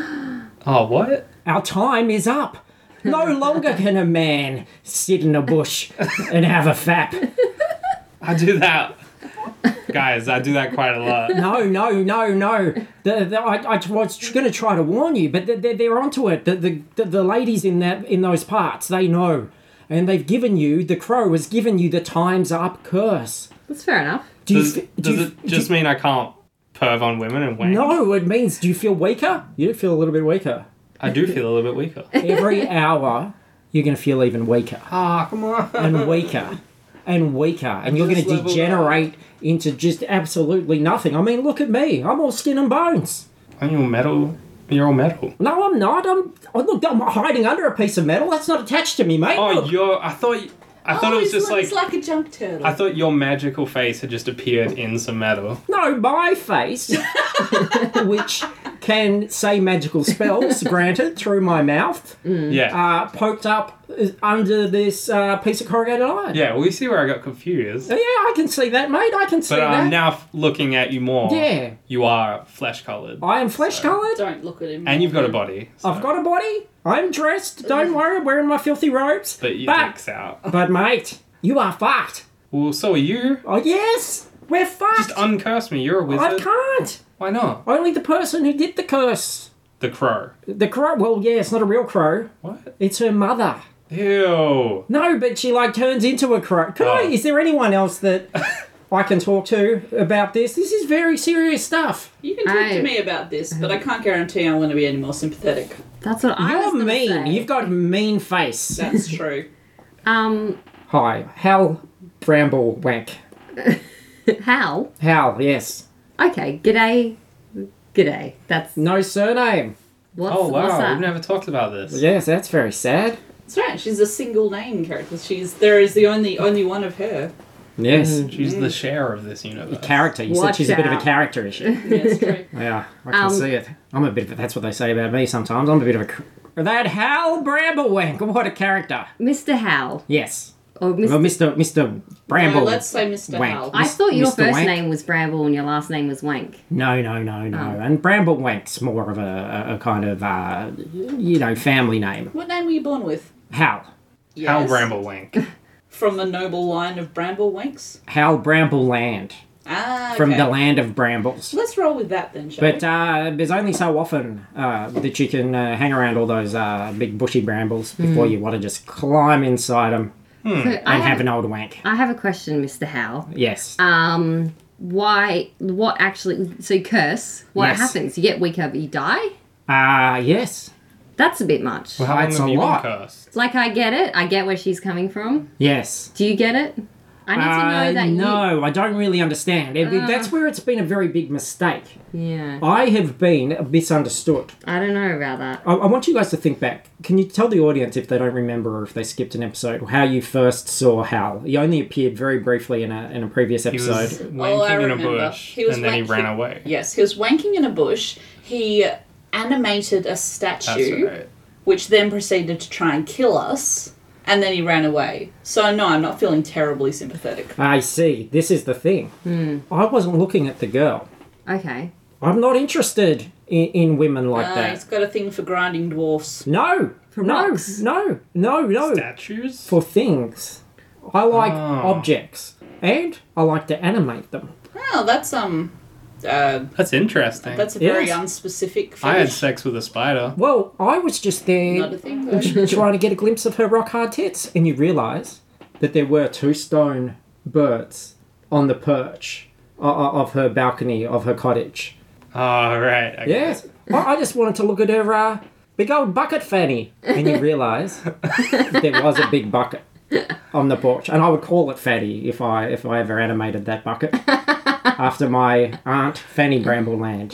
Speaker 4: Oh, what?
Speaker 2: Our time is up. No longer can a man sit in a bush and have a fap.
Speaker 4: I do that. Guys, I do that quite a lot.
Speaker 2: No, no, no, no. The, the, I, I was going to try to warn you, but they're, they're onto it. The, the, the, the ladies in that in those parts, they know. And they've given you, the crow has given you the time's up curse.
Speaker 5: That's fair enough.
Speaker 2: Do
Speaker 4: Does,
Speaker 2: you, f- do
Speaker 4: does
Speaker 2: you,
Speaker 4: it just mean I can't perv on women and wank?
Speaker 2: No, it means, do you feel weaker? You feel a little bit weaker.
Speaker 4: I do feel a little bit weaker.
Speaker 2: Every hour, you're going to feel even weaker.
Speaker 4: Ah, come on.
Speaker 2: and weaker and weaker and you're going
Speaker 4: just
Speaker 2: to
Speaker 4: leveled
Speaker 2: degenerate into just absolutely nothing i mean look at me i'm all skin and bones
Speaker 4: Aren't you metal? You're all metal.
Speaker 2: no i'm not i'm oh, look i'm hiding under a piece of metal that's not attached to me mate
Speaker 4: Oh,
Speaker 2: Look.
Speaker 4: you're. I thought. y- I thought
Speaker 3: oh,
Speaker 4: it was
Speaker 3: it's
Speaker 4: just
Speaker 3: like,
Speaker 4: like.
Speaker 3: it's like a junk turtle.
Speaker 4: I thought your magical face had just appeared in some metal.
Speaker 2: no my face which can say magical spells granted through my mouth
Speaker 4: Yeah.
Speaker 2: uh, poked up uh, under this uh, piece of corrugated iron
Speaker 4: yeah, well, you see where I got confused.
Speaker 2: yeah i can see that mate i can see
Speaker 4: But
Speaker 2: that
Speaker 4: I'm now f- looking at you more.
Speaker 2: Yeah.
Speaker 4: You are flesh colored.
Speaker 2: i Oh, am flesh coloured
Speaker 3: don't look at him.
Speaker 4: And you've got a body. so-
Speaker 2: I've got a body. I'm dressed.
Speaker 5: Mm.
Speaker 2: Don't worry, I'm wearing my filthy robes.
Speaker 4: But your
Speaker 2: but,
Speaker 4: dick's out.
Speaker 2: but mate, you are fucked.
Speaker 4: Well, so are you.
Speaker 2: Oh yes, we're fucked.
Speaker 4: Just uncurse me. You're a
Speaker 2: I
Speaker 4: wizard.
Speaker 2: can't.
Speaker 4: Why not?
Speaker 2: Only the person who did the curse.
Speaker 4: The crow.
Speaker 2: The crow. Well, yeah, it's not a real crow.
Speaker 4: What?
Speaker 2: It's her mother.
Speaker 4: Ew.
Speaker 2: No, but she like turns into a crow. Could I?
Speaker 4: Oh.
Speaker 2: Is there anyone else that I can talk to about this? This is very serious stuff.
Speaker 3: You can talk
Speaker 5: I-
Speaker 3: to me about this, but I can't guarantee I'm going to be any more sympathetic.
Speaker 5: That's what I was
Speaker 2: You're
Speaker 5: gonna
Speaker 2: mean.
Speaker 5: say.
Speaker 2: You've got a mean face.
Speaker 3: That's true.
Speaker 5: Um,
Speaker 2: Hi, Hal Bramble Wank.
Speaker 5: Hal.
Speaker 2: Hal, yes.
Speaker 5: Okay, g'day. G'day. That's
Speaker 2: No surname.
Speaker 5: what's,
Speaker 4: Oh
Speaker 5: what's
Speaker 4: wow,
Speaker 5: that?
Speaker 4: we've never talked about this.
Speaker 2: Yes, that's very sad.
Speaker 3: That's right. She's a single name character. She's there is the only only one of her.
Speaker 2: Yes.
Speaker 4: She's the share of this universe.
Speaker 2: Character. You said
Speaker 5: Watch
Speaker 2: she's a bit of a
Speaker 5: out.
Speaker 2: character issue.
Speaker 3: Yeah, that's true.
Speaker 2: yeah, I can
Speaker 5: Um,
Speaker 2: see it. I'm a bit of a, that's what they say about me sometimes. I'm a bit of a. cr- That Hal Bramblewank. What a character.
Speaker 5: Mr. Hal.
Speaker 2: Yes.
Speaker 5: Or Mr.
Speaker 2: Well, Mr. Mr. Bramble.
Speaker 3: No, let's say Mr.
Speaker 2: Wank.
Speaker 3: Hal.
Speaker 5: I thought your
Speaker 2: Mr.
Speaker 5: first
Speaker 2: Wank?
Speaker 5: name was Bramble and your last name was Wank.
Speaker 2: No, no, no, no. And Bramblewank's more of a, a, a kind of, uh, you know, family name.
Speaker 3: What name were you born with?
Speaker 2: Hal.
Speaker 3: Yes.
Speaker 4: Hal Bramblewank.
Speaker 3: From the noble line of Bramble Wanks.
Speaker 2: Hal Brambleland.
Speaker 3: Ah,
Speaker 2: From
Speaker 3: okay.
Speaker 2: the land of brambles.
Speaker 3: Let's roll with that then, shall
Speaker 2: But
Speaker 3: we?
Speaker 2: uh, there's only so often uh, that you can uh, hang around all those uh, big bushy brambles before you want to just climb inside them
Speaker 5: So Hmm. I,
Speaker 2: and have
Speaker 5: have,
Speaker 2: an old wank.
Speaker 5: I have a question, Mr. Hal.
Speaker 2: Yes.
Speaker 5: Um, why? What actually? So curse. What
Speaker 2: Yes.
Speaker 5: happens? You get weaker, but you die.
Speaker 2: Ah, yes.
Speaker 5: That's a bit much.
Speaker 4: Well, How long
Speaker 2: That's
Speaker 4: have
Speaker 2: a
Speaker 4: you been
Speaker 2: lot.
Speaker 4: cursed?
Speaker 5: Like I get it. I get where she's coming from.
Speaker 2: Yes.
Speaker 5: Do you get it? I need
Speaker 2: Uh,
Speaker 5: to know that Uh.
Speaker 2: no, I don't really understand. It- That's where it's been a very big mistake.
Speaker 5: you. Yeah.
Speaker 2: I have been misunderstood.
Speaker 5: I don't know about that.
Speaker 2: I, I want you guys to think back. Can you tell the audience if they don't remember or if they skipped an episode how you first saw Hal? He only appeared very briefly in a, in a previous
Speaker 4: He was
Speaker 2: episode.
Speaker 3: Oh, I
Speaker 4: wanking in a
Speaker 3: remember.
Speaker 4: bush,
Speaker 3: He was
Speaker 4: and then he
Speaker 3: wanking-
Speaker 4: ran away.
Speaker 3: yes, he was wanking in a bush. He animated a
Speaker 4: That's
Speaker 3: statue.
Speaker 4: right.
Speaker 3: which then proceeded to try and kill us, and then he ran away. So, no, I'm not feeling terribly sympathetic.
Speaker 2: I see. This is the thing. I wasn't looking at the girl.
Speaker 5: Okay.
Speaker 2: I'm not interested in, in women like
Speaker 3: Uh, he's
Speaker 2: that.
Speaker 3: got a thing for grinding dwarfs.
Speaker 2: No.
Speaker 5: For
Speaker 2: no,
Speaker 5: rocks?
Speaker 2: no. No.
Speaker 4: Oh.
Speaker 2: No.
Speaker 4: Statues?
Speaker 2: For things. I like
Speaker 4: Oh.
Speaker 2: objects, and I like to animate them.
Speaker 3: Oh, that's um, uh,
Speaker 4: That's interesting.
Speaker 3: that's a very
Speaker 2: Yes.
Speaker 3: unspecific. Fetish.
Speaker 4: I had sex with a spider.
Speaker 2: Well, I was just
Speaker 3: Not a
Speaker 2: there
Speaker 3: thing though.
Speaker 2: trying to get a glimpse of her rock hard tits, and you realise that there were two stone birds on the perch o- o- of her balcony of her cottage.
Speaker 4: All Ah, right. I get
Speaker 2: Yes.
Speaker 4: it.
Speaker 2: I, I just wanted to look at her uh, big old bucket fanny. And you realise there was a big bucket on the porch. And I would call it Fanny if I if I ever animated that bucket. after my aunt Fanny Brambleland.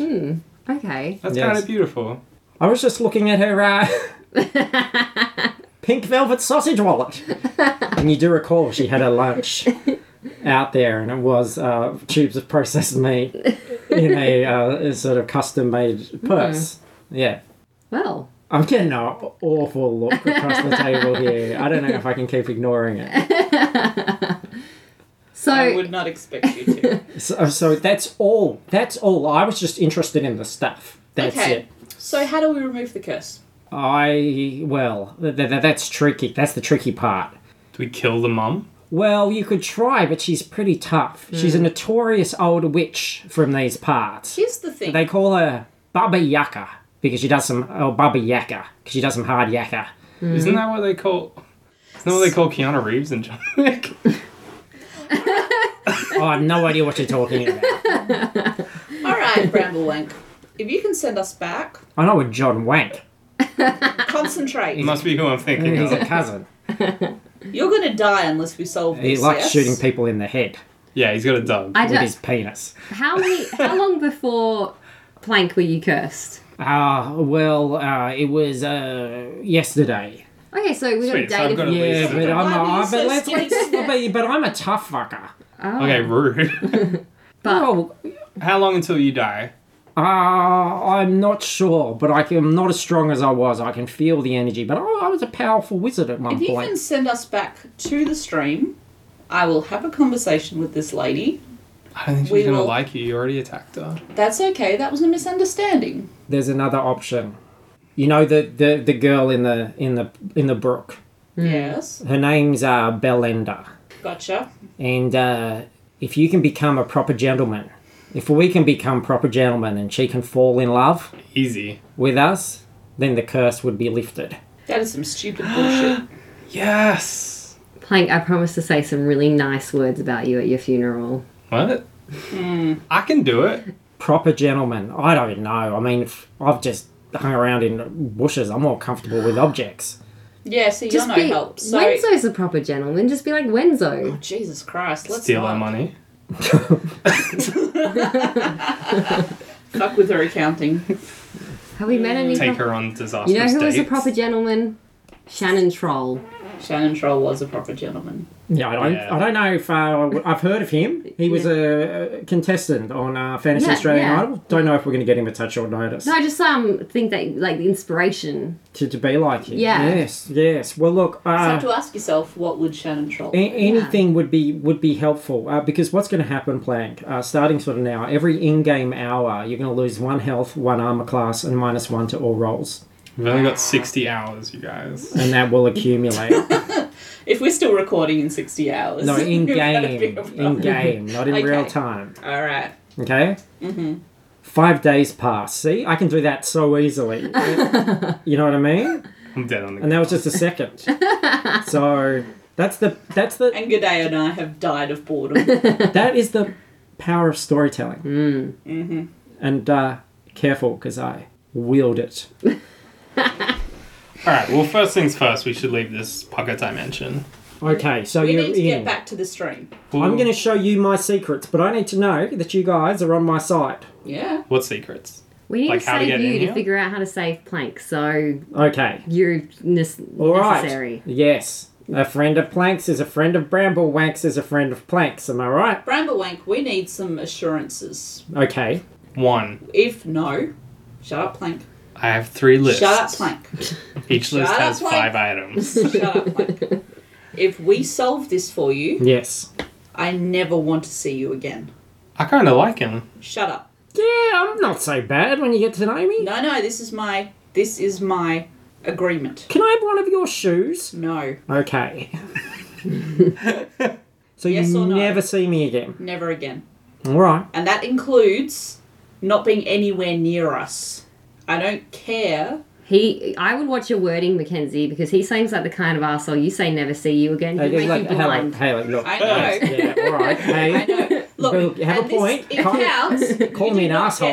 Speaker 5: Okay.
Speaker 4: That's
Speaker 2: Yes.
Speaker 4: kind of beautiful.
Speaker 2: I was just looking at her uh, pink velvet sausage wallet. and you do recall she had her lunch out there, and it was uh, tubes of processed meat in a uh, sort of custom made purse. Yeah.
Speaker 5: Well,
Speaker 2: I'm getting an awful look across the table here. I don't know if I can keep ignoring it.
Speaker 3: I
Speaker 5: so
Speaker 3: would not expect you to.
Speaker 2: So, so that's all. That's all. I was just interested in the stuff. That's
Speaker 3: okay.
Speaker 2: it.
Speaker 3: So how do we remove the curse?
Speaker 2: I well, th- th- that's tricky. That's the tricky part.
Speaker 4: Do we kill the mum?
Speaker 2: Well, you could try, but she's pretty tough. She's a notorious old witch from these parts.
Speaker 3: Here's the thing.
Speaker 2: They call her Baba Yaka because she does some oh Baba Yaka because she does some hard yakka.
Speaker 4: Isn't that what they call? Isn't that what they call Keanu Reeves and John Wick?
Speaker 2: Oh, I have no idea what you're talking about.
Speaker 3: All right, Bramble Wank. If you can send us back,
Speaker 2: I know a John Wank.
Speaker 3: concentrate.
Speaker 4: Must be who I'm thinking
Speaker 2: He's
Speaker 4: of.
Speaker 2: a cousin.
Speaker 3: You're gonna die unless we solve
Speaker 2: He
Speaker 3: this.
Speaker 2: likes
Speaker 3: yes?
Speaker 2: shooting people in the head
Speaker 4: Yeah, he's got a dog.
Speaker 5: I
Speaker 2: with
Speaker 5: don't.
Speaker 2: his penis.
Speaker 5: How many? How long before Plank were you cursed?
Speaker 2: Ah, well, uh, it was uh, yesterday.
Speaker 5: Okay, so we got a
Speaker 4: Sweet, so I've
Speaker 5: date.
Speaker 4: got
Speaker 5: of-
Speaker 4: a-
Speaker 2: Yeah,
Speaker 4: least
Speaker 2: but
Speaker 4: today.
Speaker 2: I'm
Speaker 3: Why were you
Speaker 2: a,
Speaker 3: so
Speaker 2: but let's,
Speaker 3: sweet?
Speaker 2: let's but, but I'm a tough fucker.
Speaker 5: Oh,
Speaker 4: Okay,
Speaker 3: Ah.
Speaker 4: rude.
Speaker 5: But
Speaker 2: Oh,
Speaker 4: How long until you die?
Speaker 2: uh, I'm not sure, but I can, I'm not as strong as I was. I can feel the energy, but I, I was a powerful wizard at one
Speaker 3: If you
Speaker 2: point.
Speaker 3: can send us back to the stream, I will have a conversation with this lady.
Speaker 4: I don't think she's
Speaker 3: We
Speaker 4: gonna
Speaker 3: will-
Speaker 4: like you. You already attacked her.
Speaker 3: That's okay. That was a misunderstanding.
Speaker 2: There's another option. You know the, the, the girl in the in the in the brook.
Speaker 3: Yes.
Speaker 2: Her name's uh, Belenda.
Speaker 3: Gotcha.
Speaker 2: And uh, if you can become a proper gentleman, if we can become proper gentlemen and she can fall in love
Speaker 4: Easy.
Speaker 2: with us, then the curse would be lifted.
Speaker 3: That is some stupid bullshit.
Speaker 4: Yes.
Speaker 5: Plank, I promise to say some really nice words about you at your funeral.
Speaker 4: What?
Speaker 5: Hmm.
Speaker 4: I can do it.
Speaker 2: Proper gentleman. I don't know. I mean, if I've just hung around in bushes. I'm more comfortable with objects.
Speaker 3: Yeah, so you're
Speaker 5: Just
Speaker 3: no
Speaker 5: be
Speaker 3: help. So oh,
Speaker 5: Wenzo's a proper gentleman. Just be like Wenzo.
Speaker 3: Jesus Christ, let's
Speaker 4: Steal
Speaker 3: not
Speaker 4: her money.
Speaker 3: Fuck with her accounting.
Speaker 5: Have we
Speaker 3: Mm.
Speaker 5: met any?
Speaker 4: Take
Speaker 5: pro-
Speaker 4: her on disastrous
Speaker 5: you know who was a
Speaker 4: dates.
Speaker 5: proper gentleman? Shannon Troll.
Speaker 3: Shannon Troll was a proper gentleman.
Speaker 2: Yeah, I don't.
Speaker 4: Yeah.
Speaker 2: I don't know if uh, I've heard of him. He was a, a contestant on uh, Fantasy
Speaker 5: Yeah,
Speaker 2: Australian
Speaker 5: yeah.
Speaker 2: Idol. Don't know if we're going to get him at such short notice.
Speaker 5: No, I just um think that like the inspiration.
Speaker 2: To, to be like him.
Speaker 5: Yeah.
Speaker 2: Yes. Yes. Well, look.
Speaker 3: You
Speaker 2: Uh,
Speaker 3: have to ask yourself, what would Shannon Troll?
Speaker 2: A- anything would be would be helpful uh, because what's going to happen, Plank? Uh, starting sort of now, every in-game hour, you're going to lose one health, one armor class, and minus one to all rolls,
Speaker 4: We've only got 60 hours, you guys.
Speaker 2: and that will accumulate.
Speaker 3: If we're still recording in 60 hours.
Speaker 2: no, in game, in
Speaker 3: In
Speaker 2: game, not in
Speaker 3: Okay.
Speaker 2: real time.
Speaker 3: All right.
Speaker 2: Okay. Mm-hmm. Five days pass. See, I can do that so easily. you know what I mean?
Speaker 4: I'm dead on the
Speaker 2: And that was just a second. so that's the that's the
Speaker 3: And Gadeo and I have died of boredom.
Speaker 2: that is the power of storytelling. Mm. Mm-hmm. And uh, careful, because I wield it.
Speaker 4: All right. Well, first things first. We should leave this pocket dimension.
Speaker 2: Okay, so
Speaker 3: we
Speaker 2: you're
Speaker 3: need to
Speaker 2: in.
Speaker 3: get back to the stream.
Speaker 2: I'm going to show you my secrets, but I need to know that you guys are on my side.
Speaker 3: Yeah.
Speaker 4: What secrets?
Speaker 5: We need
Speaker 4: Like
Speaker 5: to
Speaker 4: how to
Speaker 5: save
Speaker 4: get
Speaker 5: you
Speaker 4: in
Speaker 5: to
Speaker 4: here?
Speaker 5: figure out how to save Plank. So
Speaker 2: Okay.
Speaker 5: you're ne-
Speaker 2: all right.
Speaker 5: necessary.
Speaker 2: Yes. A friend of Planks is a friend of Bramble Wanks is a friend of Planks. Am I right?
Speaker 3: Bramblewank, we need some assurances.
Speaker 2: Okay.
Speaker 4: One.
Speaker 3: If no, shut up, Plank.
Speaker 4: I have three lists.
Speaker 3: Shut up, Plank.
Speaker 4: Each list
Speaker 3: Shut up,
Speaker 4: has
Speaker 3: Plank.
Speaker 4: five items.
Speaker 3: Shut up, Plank. If we solve this for you,
Speaker 2: Yes.
Speaker 3: I never want to see you again.
Speaker 4: I kind of like him.
Speaker 3: Shut up.
Speaker 2: Yeah, I'm not so bad when you get to know me.
Speaker 3: No, no, this is my this is my agreement.
Speaker 2: Can I have one of your shoes?
Speaker 3: No,
Speaker 2: Okay. so
Speaker 3: Yes
Speaker 2: you
Speaker 3: or no?
Speaker 2: never see me again.
Speaker 3: never again.
Speaker 2: All right.
Speaker 3: And that includes not being anywhere near us. I don't care.
Speaker 5: He, I would watch your wording, Mackenzie, because he seems like the kind of asshole you say never see you again. He'd
Speaker 2: Hey, look,
Speaker 5: make you
Speaker 2: hey,
Speaker 5: blind.
Speaker 2: look, hey, look, look.
Speaker 3: I know.
Speaker 2: Yeah, all right. Hey,
Speaker 3: I know. Look,
Speaker 2: You have a
Speaker 3: and this-
Speaker 2: point.
Speaker 3: It
Speaker 2: Can't-
Speaker 3: counts.
Speaker 2: call
Speaker 3: You
Speaker 2: me
Speaker 3: do
Speaker 2: an
Speaker 3: not
Speaker 2: asshole.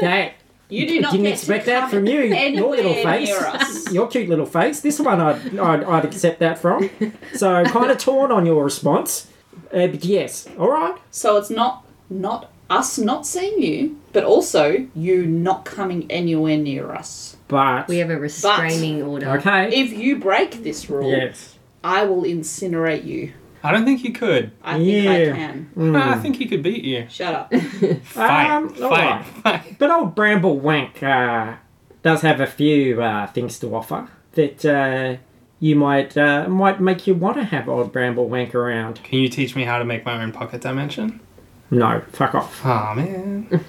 Speaker 2: Hey,
Speaker 3: You do not
Speaker 2: didn't
Speaker 3: get
Speaker 2: expect
Speaker 3: to
Speaker 2: that
Speaker 3: come
Speaker 2: from you, your
Speaker 3: anywhere
Speaker 2: little face.
Speaker 3: near us.
Speaker 2: Your cute little face. This one I'd, I'd, I'd accept that from. So kind of torn on your response. Uh, but yes, all right.
Speaker 3: So it's not not us not seeing you, but also you not coming anywhere near us.
Speaker 2: But
Speaker 5: We have a restraining order.
Speaker 2: okay.
Speaker 3: If you break this rule,
Speaker 2: Yes.
Speaker 3: I will incinerate you.
Speaker 4: I don't think he could.
Speaker 3: I think I
Speaker 2: Yeah.
Speaker 3: can.
Speaker 4: Ah, I think he could beat you.
Speaker 3: Shut up.
Speaker 4: Fight,
Speaker 2: Hmm. Um, all
Speaker 4: fight,
Speaker 2: right.
Speaker 4: fight.
Speaker 2: But old Bramble Wank uh, does have a few uh, things to offer that uh, you might uh, might make you want to have old Bramble Wank around.
Speaker 4: Can you teach me how to make my own pocket dimension?
Speaker 2: No, fuck off.
Speaker 4: Oh man.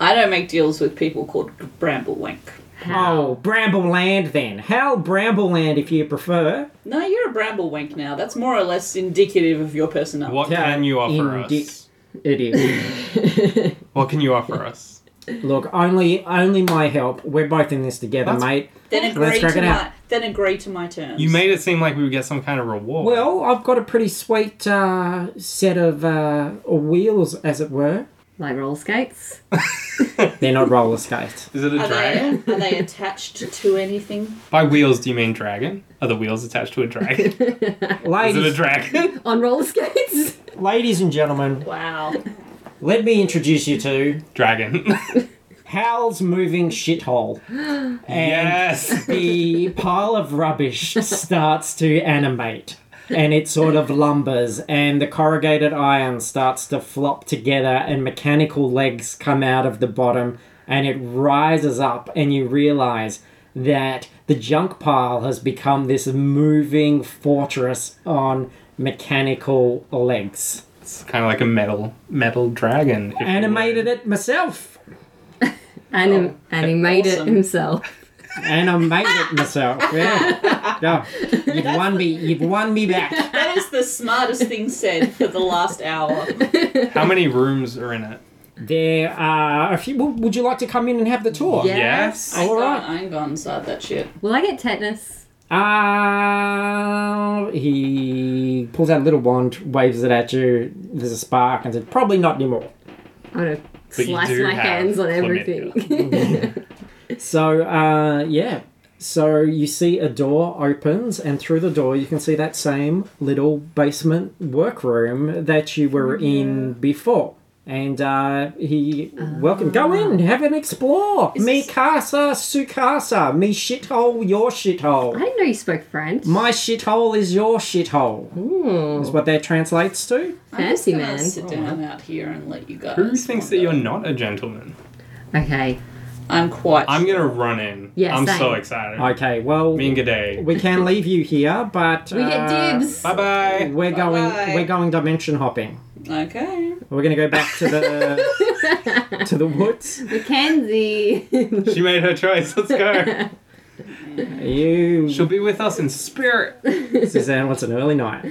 Speaker 3: I don't make deals with people called Bramble Wank.
Speaker 2: Oh, Bramble Land then. Hell, Bramble Land if you prefer.
Speaker 3: No, you're a Bramble Wank now. That's more or less indicative of your personality.
Speaker 4: What can you offer
Speaker 2: Indeed.
Speaker 4: us?
Speaker 2: It is.
Speaker 4: What can you offer us?
Speaker 2: Look, only only my help. We're both in this together,
Speaker 4: That's-
Speaker 2: mate.
Speaker 3: Then agree
Speaker 2: Let's crack
Speaker 3: to
Speaker 2: it
Speaker 3: my
Speaker 2: out.
Speaker 3: then agree to my terms.
Speaker 4: You made it seem like we would get some kind of reward.
Speaker 2: Well, I've got a pretty sweet uh, set of uh, wheels, as it were.
Speaker 5: Like roller skates.
Speaker 2: They're not roller skates.
Speaker 4: is it a
Speaker 3: are they,
Speaker 4: dragon?
Speaker 3: are they attached to anything?
Speaker 4: By wheels, do you mean dragon? Are the wheels attached to a dragon? is it a
Speaker 2: Ladies,
Speaker 4: dragon?
Speaker 5: On roller skates.
Speaker 2: ladies and gentlemen,
Speaker 3: Wow.
Speaker 2: let me introduce you to
Speaker 4: dragon.
Speaker 2: Hal's moving shithole. And
Speaker 4: yes.
Speaker 2: the pile of rubbish starts to animate. And it sort of lumbers, and the corrugated iron starts to flop together, and mechanical legs come out of the bottom, and it rises up, and you realize that the junk pile has become this moving fortress on mechanical legs.
Speaker 4: It's kind of like a metal metal dragon. if you
Speaker 2: Animated it myself.
Speaker 4: Oh,
Speaker 5: Anim- and he made
Speaker 3: awesome.
Speaker 5: it himself.
Speaker 2: and I made it myself. Yeah, yeah. You've won me. You've won me back.
Speaker 3: That is the smartest thing said for the last hour.
Speaker 4: will. How many rooms are in it?
Speaker 2: There are a few. Would would you like to come in and have the tour?
Speaker 5: Yeah.
Speaker 4: Yes.
Speaker 3: I ain't
Speaker 2: All
Speaker 3: gone-
Speaker 2: right.
Speaker 3: I ain't gone inside that shit.
Speaker 5: Will I get tetanus?
Speaker 2: Uh, he pulls out a little wand, waves it at you. There's a spark, and says, "Probably not anymore."
Speaker 5: I'm gonna
Speaker 4: you
Speaker 5: slice
Speaker 4: do
Speaker 5: my
Speaker 4: have
Speaker 5: hands on
Speaker 4: chlamydia.
Speaker 5: everything.
Speaker 2: So, uh, yeah. So you see a door opens, and through the door you can see that same little basement workroom that you were in before. And uh, he welcome. Go in, have an explore. me casa, su casa. Me shithole, your
Speaker 5: I
Speaker 2: shithole.
Speaker 5: didn't know you spoke French.
Speaker 2: My shithole is your shithole. Is
Speaker 5: Ooh,
Speaker 2: what that translates to.
Speaker 3: I'm just
Speaker 5: fancy
Speaker 3: gonna
Speaker 5: man.
Speaker 3: sit down out here and let you guys.
Speaker 4: Who thinks that
Speaker 3: wander.
Speaker 4: you're not a gentleman?
Speaker 5: Okay.
Speaker 3: I'm quite.
Speaker 4: I'm gonna run in.
Speaker 5: Yeah,
Speaker 4: I'm so
Speaker 5: same.
Speaker 4: excited.
Speaker 2: Okay, well,
Speaker 4: Me and G'day.
Speaker 2: we can leave you here, but
Speaker 5: We get
Speaker 2: uh,
Speaker 5: dibs.
Speaker 4: Bye bye.
Speaker 2: We're going.
Speaker 3: Bye-bye.
Speaker 2: We're going dimension hopping.
Speaker 3: okay.
Speaker 2: We're gonna go back to the to the woods.
Speaker 5: Mackenzie.
Speaker 4: She made her choice. Let's go.
Speaker 2: You,
Speaker 4: She'll be with us in spirit.
Speaker 2: Suzanne, what's an early night?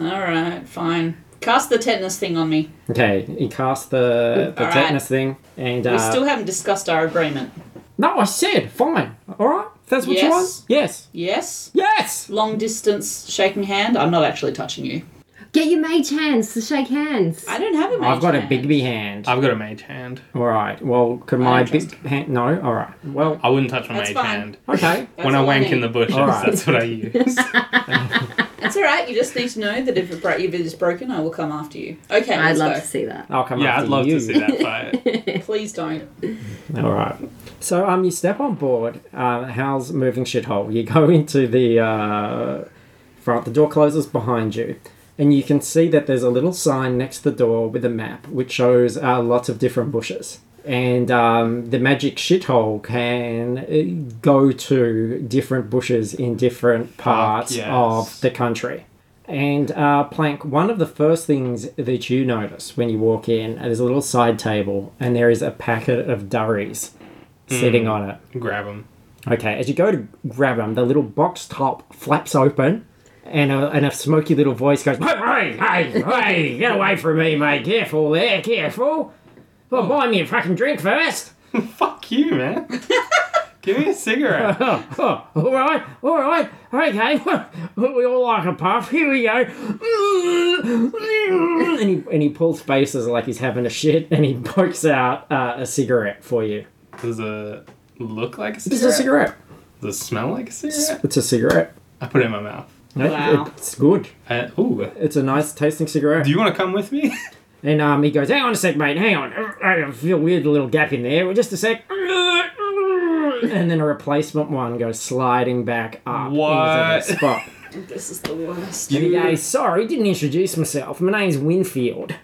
Speaker 3: All right. Fine. Cast the tetanus thing on me.
Speaker 2: Okay, he cast the the
Speaker 3: All right.
Speaker 2: tetanus thing, and uh,
Speaker 3: We still haven't discussed our agreement.
Speaker 2: no, I said fine. All right, if that's what you want.
Speaker 3: Yes.
Speaker 2: Yes,
Speaker 3: Yes.
Speaker 2: yes.
Speaker 3: Long distance shaking hand. I'm not actually touching you.
Speaker 5: Get your mage hands to shake hands.
Speaker 3: I don't have a.
Speaker 2: I've
Speaker 3: mage
Speaker 2: got a
Speaker 3: hand.
Speaker 2: Bigby hand.
Speaker 4: I've got a mage hand.
Speaker 2: All right. Well, could my big
Speaker 3: trust
Speaker 2: hand? No. All right. Well,
Speaker 4: I wouldn't touch my
Speaker 3: That's
Speaker 4: mage
Speaker 3: fine.
Speaker 4: hand.
Speaker 2: okay.
Speaker 3: That's
Speaker 4: when I
Speaker 3: all
Speaker 4: wank
Speaker 3: need.
Speaker 4: in the bushes,
Speaker 2: All right.
Speaker 4: that's what I use.
Speaker 3: It's all right. You just need to know that if it, bro- if it is broken, I will come after you. Okay.
Speaker 5: I'd
Speaker 3: let's
Speaker 5: love
Speaker 3: go.
Speaker 5: to see that.
Speaker 2: I'll come.
Speaker 4: yeah,
Speaker 2: after
Speaker 4: I'd love
Speaker 2: you.
Speaker 4: to see that fight.
Speaker 3: Please don't.
Speaker 2: All right. So um, you step on board uh, Hal's moving shithole. You go into the uh, front. The door closes behind you, and you can see that there's a little sign next to the door with a map, which shows uh, lots of different bushes. and um, the magic shithole can uh, go to different bushes in different parts
Speaker 4: yes.
Speaker 2: of the country. And uh, Plank, one of the first things that you notice when you walk in, there's a little side table, and there is a packet of durries sitting on it.
Speaker 4: Grab them.
Speaker 2: Okay, as you go to grab them, the little box top flaps open, and a, and a smoky little voice goes, "Hey, hey, hey, hey! Get away from me, mate! Careful there, careful! Well, buy me a fucking drink first.
Speaker 4: Fuck you, man. Give me a cigarette.
Speaker 2: Oh, oh, all right, all right, okay. We all like a puff. Here we go. And he, and he pulls faces like he's having a shit, and he pokes out uh, a cigarette for you.
Speaker 4: Does it look like a
Speaker 2: It's a
Speaker 4: cigarette?
Speaker 2: cigarette.
Speaker 4: Does it smell like a cigarette?
Speaker 2: It's a cigarette.
Speaker 4: I put it in my mouth.
Speaker 3: Wow.
Speaker 2: It's good.
Speaker 4: Uh, ooh.
Speaker 2: It's a nice tasting cigarette.
Speaker 4: Do you want to come with me?
Speaker 2: And um, he goes, hang on a sec, mate, hang on. I feel weird, a little gap in there. Well, Just a sec. And then a replacement one goes sliding back up
Speaker 4: What?
Speaker 2: into the spot.
Speaker 3: This is the worst.
Speaker 2: And he
Speaker 4: You-
Speaker 2: goes, sorry, didn't introduce myself. My name's Winfield.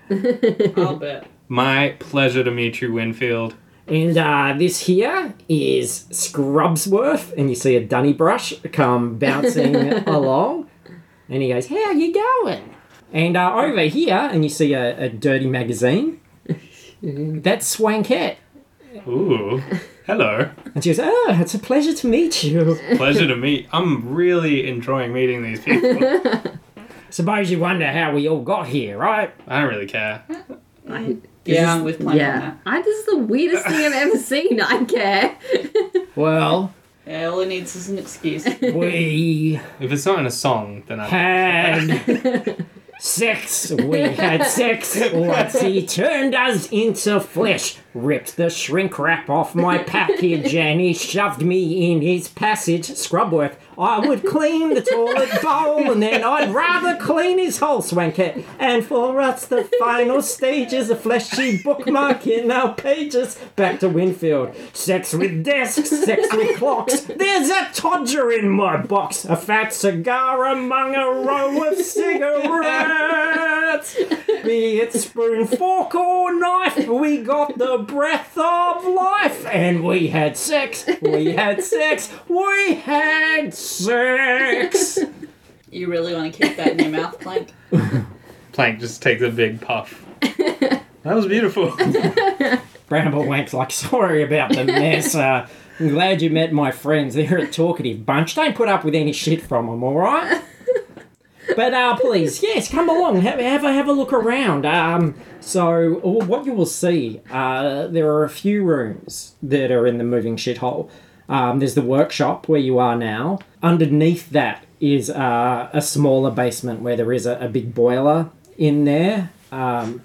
Speaker 3: I'll bet.
Speaker 4: My pleasure to meet you, Winfield.
Speaker 2: And uh, this here is Scrubsworth. And you see a dunny brush come bouncing along. And he goes, how you going? And uh, over here, and you see a, a dirty magazine. That's Swankette.
Speaker 4: Ooh. Hello.
Speaker 2: And she goes, Oh, it's a pleasure to meet you.
Speaker 4: pleasure to meet. I'm really enjoying meeting these people.
Speaker 2: Suppose you wonder how we all got here, right?
Speaker 4: I don't really care.
Speaker 3: Yeah, I'm with Plank on
Speaker 5: Yeah.
Speaker 3: that.
Speaker 5: I, this is the weirdest thing I've ever seen. I care.
Speaker 2: Well,
Speaker 3: Yeah, all he needs is an excuse.
Speaker 2: we
Speaker 4: If it's not in a song, then I.
Speaker 2: had sex. We had sex once he turned us into flesh, ripped the shrink wrap off my package, and he shoved me in his passage, Scrubworth. I would clean the toilet bowl and then I'd rather clean his whole swanket. And for us, the final stages, a fleshy bookmark in our pages. Back to Winfield. Sex with desks, sex with clocks. There's a todger in my box, a fat cigar among a row of cigarettes. Be it spoon, fork, or knife, we got the breath of life. And we had sex, we had sex, we had sex.
Speaker 3: You really want to keep that in your mouth, Plank?
Speaker 4: Plank just takes a big puff. that was beautiful.
Speaker 2: Bramble Wank's like, sorry about the mess. Uh, I'm glad you met my friends. They're a talkative bunch. Don't put up with any shit from them, all right? But uh, please, yes, come along. Have, have a have a look around. Um, so w- what you will see, uh, there are a few rooms that are in the moving shithole. Um, there's the workshop where you are now. Underneath that is uh, a smaller basement where there is a, a big boiler in there. Um,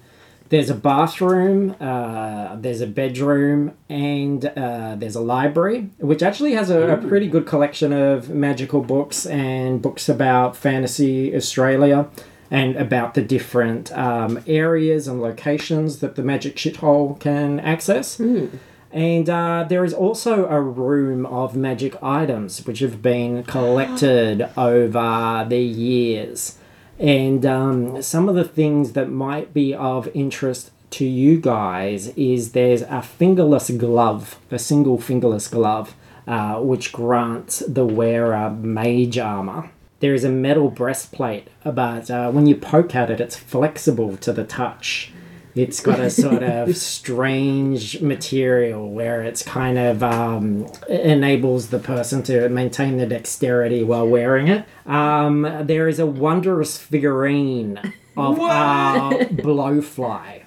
Speaker 2: there's a bathroom, uh, there's a bedroom, and uh, there's a library, which actually has a, a pretty good collection of magical books and books about fantasy Australia and about the different um, areas and locations that the magic shithole can access. And uh, there is also a room of magic items which have been collected over the years. And um, some of the things that might be of interest to you guys is there's a fingerless glove, a single fingerless glove, uh, which grants the wearer mage armor. There is a metal breastplate, but uh, when you poke at it, it's flexible to the touch. It's got a sort of strange material where it's kind of um, enables the person to maintain their dexterity while wearing it. Um, there is a wondrous figurine of a blowfly.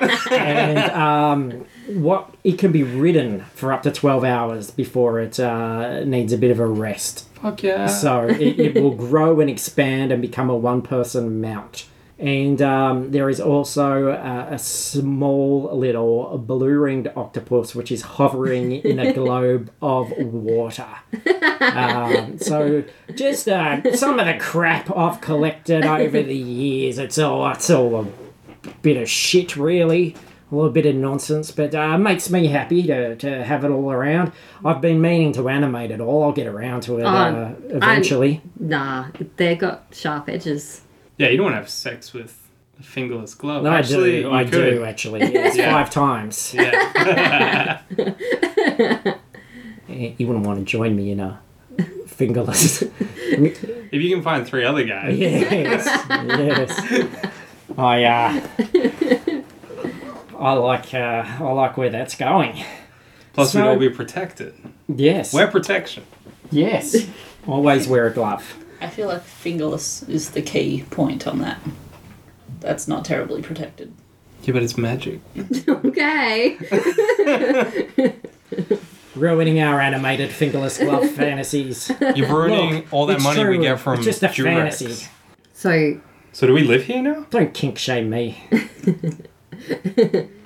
Speaker 2: and um, what it can be ridden for up to 12 hours before it uh, needs a bit of a rest
Speaker 4: Fuck yeah.
Speaker 2: so it, it will grow and expand and become a one person mount. And um, there is also a, a small little blue ringed octopus which is hovering in a globe of water. Um, so just uh, some of the crap I've collected over the years. It's all it's all a bit of shit, really. A little bit of nonsense, but uh, makes me happy to, to have it all around. I've been meaning to animate it all. I'll get around to it uh, eventually.
Speaker 5: Nah, they got sharp edges.
Speaker 4: yeah, you don't want to have sex with fingerless glove.
Speaker 2: No,
Speaker 4: Actually,
Speaker 2: I do. I
Speaker 4: you could.
Speaker 2: do actually. Yes,
Speaker 4: Yeah.
Speaker 2: Five times.
Speaker 4: Yeah.
Speaker 2: Eh, You wouldn't want to join me in a fingerless.
Speaker 4: if you can find three other guys.
Speaker 2: yes, yes. I uh, I like uh, I like where that's going.
Speaker 4: Plus,
Speaker 2: So-
Speaker 4: we'd all be protected.
Speaker 2: Yes.
Speaker 4: Wear protection.
Speaker 2: Yes. Always wear a glove.
Speaker 3: I feel like fingerless is the key point on that. That's not terribly protected.
Speaker 4: Yeah, but it's magic.
Speaker 5: Okay.
Speaker 2: Ruining our animated fingerless glove fantasies.
Speaker 4: You're ruining
Speaker 2: Look,
Speaker 4: all that
Speaker 2: it's
Speaker 4: money we
Speaker 2: true.
Speaker 4: get from
Speaker 2: It's just a
Speaker 4: Durex.
Speaker 2: fantasy.
Speaker 5: So
Speaker 4: So do we live here now?
Speaker 2: Don't kink shame me.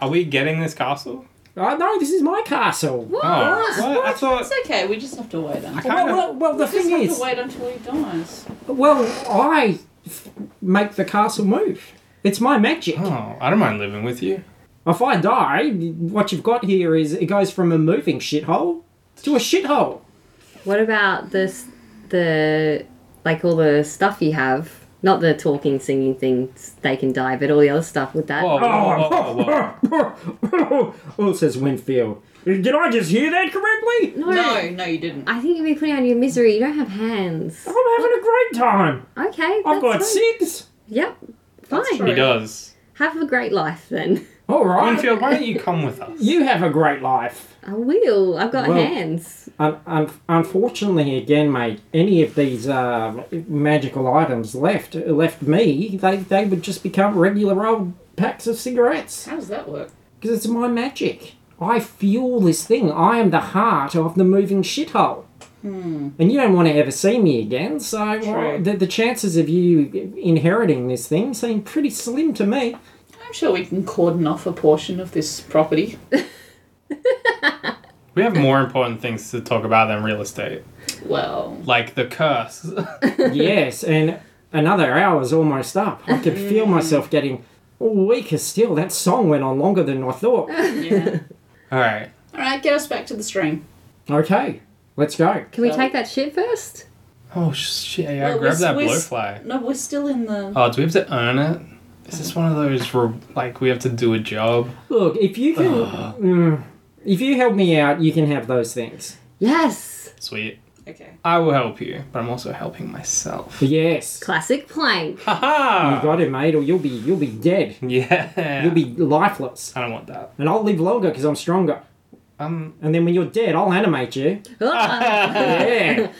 Speaker 4: Are we getting this castle?
Speaker 2: Oh, no, this is my castle.
Speaker 4: Oh, what? I thought
Speaker 3: It's okay, we just have to wait until
Speaker 2: Well,
Speaker 4: kind of.
Speaker 2: well, well, the
Speaker 3: just
Speaker 2: thing
Speaker 3: have
Speaker 2: is,
Speaker 3: to wait until he dies.
Speaker 2: well, I f- make the castle move. It's my magic.
Speaker 4: Oh, I don't mind living with you.
Speaker 2: If I die, what you've got here is it goes from a moving shithole to a shithole.
Speaker 5: what about this the like all the stuff you have? Not the talking, singing things they can die, but all the other stuff with that.
Speaker 4: Whoa, whoa, whoa, whoa, whoa.
Speaker 2: oh, says Winfield. Did I just hear that correctly?
Speaker 5: No,
Speaker 3: No, no, you didn't.
Speaker 5: I think you'd be putting on your misery. You don't have hands.
Speaker 3: Oh.
Speaker 2: I'm having a great time.
Speaker 5: Okay.
Speaker 2: I've
Speaker 5: that's
Speaker 2: got
Speaker 5: fine.
Speaker 2: six.
Speaker 5: Yep.
Speaker 4: He
Speaker 5: Fine.
Speaker 4: does.
Speaker 5: Have a great life then.
Speaker 2: All right.
Speaker 4: Winfield, why don't you come with us?
Speaker 2: You have a great life.
Speaker 5: I will. I've got
Speaker 2: Well-
Speaker 5: hands.
Speaker 2: Un- un- unfortunately, again, mate, any of these uh, magical items left left me, they, they would just become regular old packs of cigarettes.
Speaker 3: How does that work?
Speaker 2: Because it's my magic. I fuel this thing. I am the heart of the moving shithole. And you don't want to ever see me again, so well, the, the chances of you inheriting this thing seem pretty slim to me.
Speaker 3: I'm sure we can cordon off a portion of this property.
Speaker 4: We have more important things to talk about than real estate,
Speaker 3: Well,
Speaker 4: like the curse.
Speaker 2: yes, and another hour's almost up. I could feel myself getting weaker still. That song went on longer than I thought.
Speaker 3: yeah.
Speaker 4: All right.
Speaker 3: All right, get us back to the stream.
Speaker 2: Okay, let's go.
Speaker 5: Can we
Speaker 3: so-
Speaker 5: take that shit first?
Speaker 4: Oh shit! Yeah,
Speaker 3: Well,
Speaker 4: grab
Speaker 3: we-
Speaker 4: that
Speaker 3: we-
Speaker 4: blowfly.
Speaker 3: No, we're still in the.
Speaker 4: Oh, do we have to earn it? Is this one of those where, like we have to do a job?
Speaker 2: Look, if you can, Mm, if you help me out, you can have those things.
Speaker 5: Yes.
Speaker 4: Sweet.
Speaker 3: Okay.
Speaker 4: I will help you, but I'm also helping myself.
Speaker 2: Yes,
Speaker 5: Classic plank.
Speaker 2: you
Speaker 4: Haha!
Speaker 2: got it, mate, or you'll be you'll be dead.
Speaker 4: Yeah.
Speaker 2: You'll be lifeless.
Speaker 4: I don't want that.
Speaker 2: And I'll live longer because I'm stronger.
Speaker 4: Um.
Speaker 2: And then when you're dead, I'll animate you.
Speaker 5: Ah.
Speaker 2: Yeah.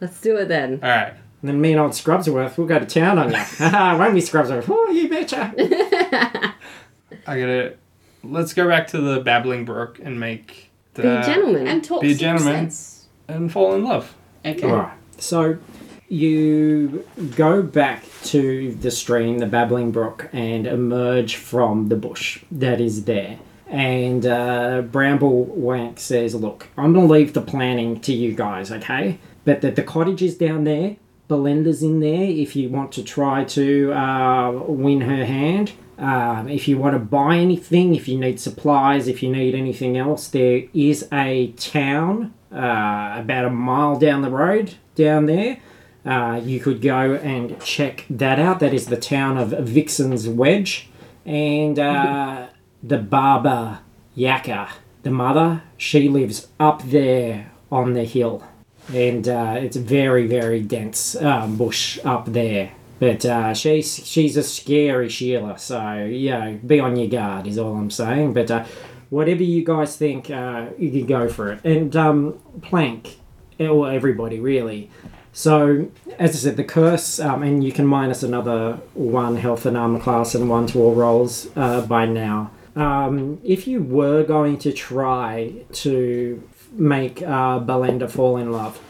Speaker 5: Let's do it
Speaker 2: Uh,
Speaker 5: then.
Speaker 4: All right.
Speaker 2: and then me and old Scrubsworth, we'll go to town on you. Haha, won't we, Scrubsworth? Oh, you betcha.
Speaker 4: I gotta. Let's go back to the babbling brook and make the
Speaker 5: Be a gentleman.
Speaker 3: And talk
Speaker 4: Be a
Speaker 3: some
Speaker 4: gentleman.
Speaker 3: sense.
Speaker 4: and fall in love.
Speaker 3: Okay.
Speaker 2: All right. So you go back to the stream, the babbling brook, and emerge from the bush that is there. And uh, Bramble Wank says, "Look, I'm gonna leave the planning to you guys, okay? But that the cottage is down there. Belinda's in there. If you want to try to uh, win her hand." Um, if you want to buy anything, if you need supplies, if you need anything else, there is a town uh, about a mile down the road down there. Uh, you could go and check that out. That is the town of Vixen's Wedge. And uh, the barber Yakka, the mother, she lives up there on the hill. And uh, it's very, very dense um, bush up there. But uh, she's she's a scary Sheila, so you know, be on your guard is all I'm saying. But uh, whatever you guys think, uh, you can go for it. And um, Plank, or everybody really. So, as I said, the curse, um, and you can minus another one health and armor class and one to all rolls uh, by now. Um, if you were going to try to make uh, Belinda fall in love,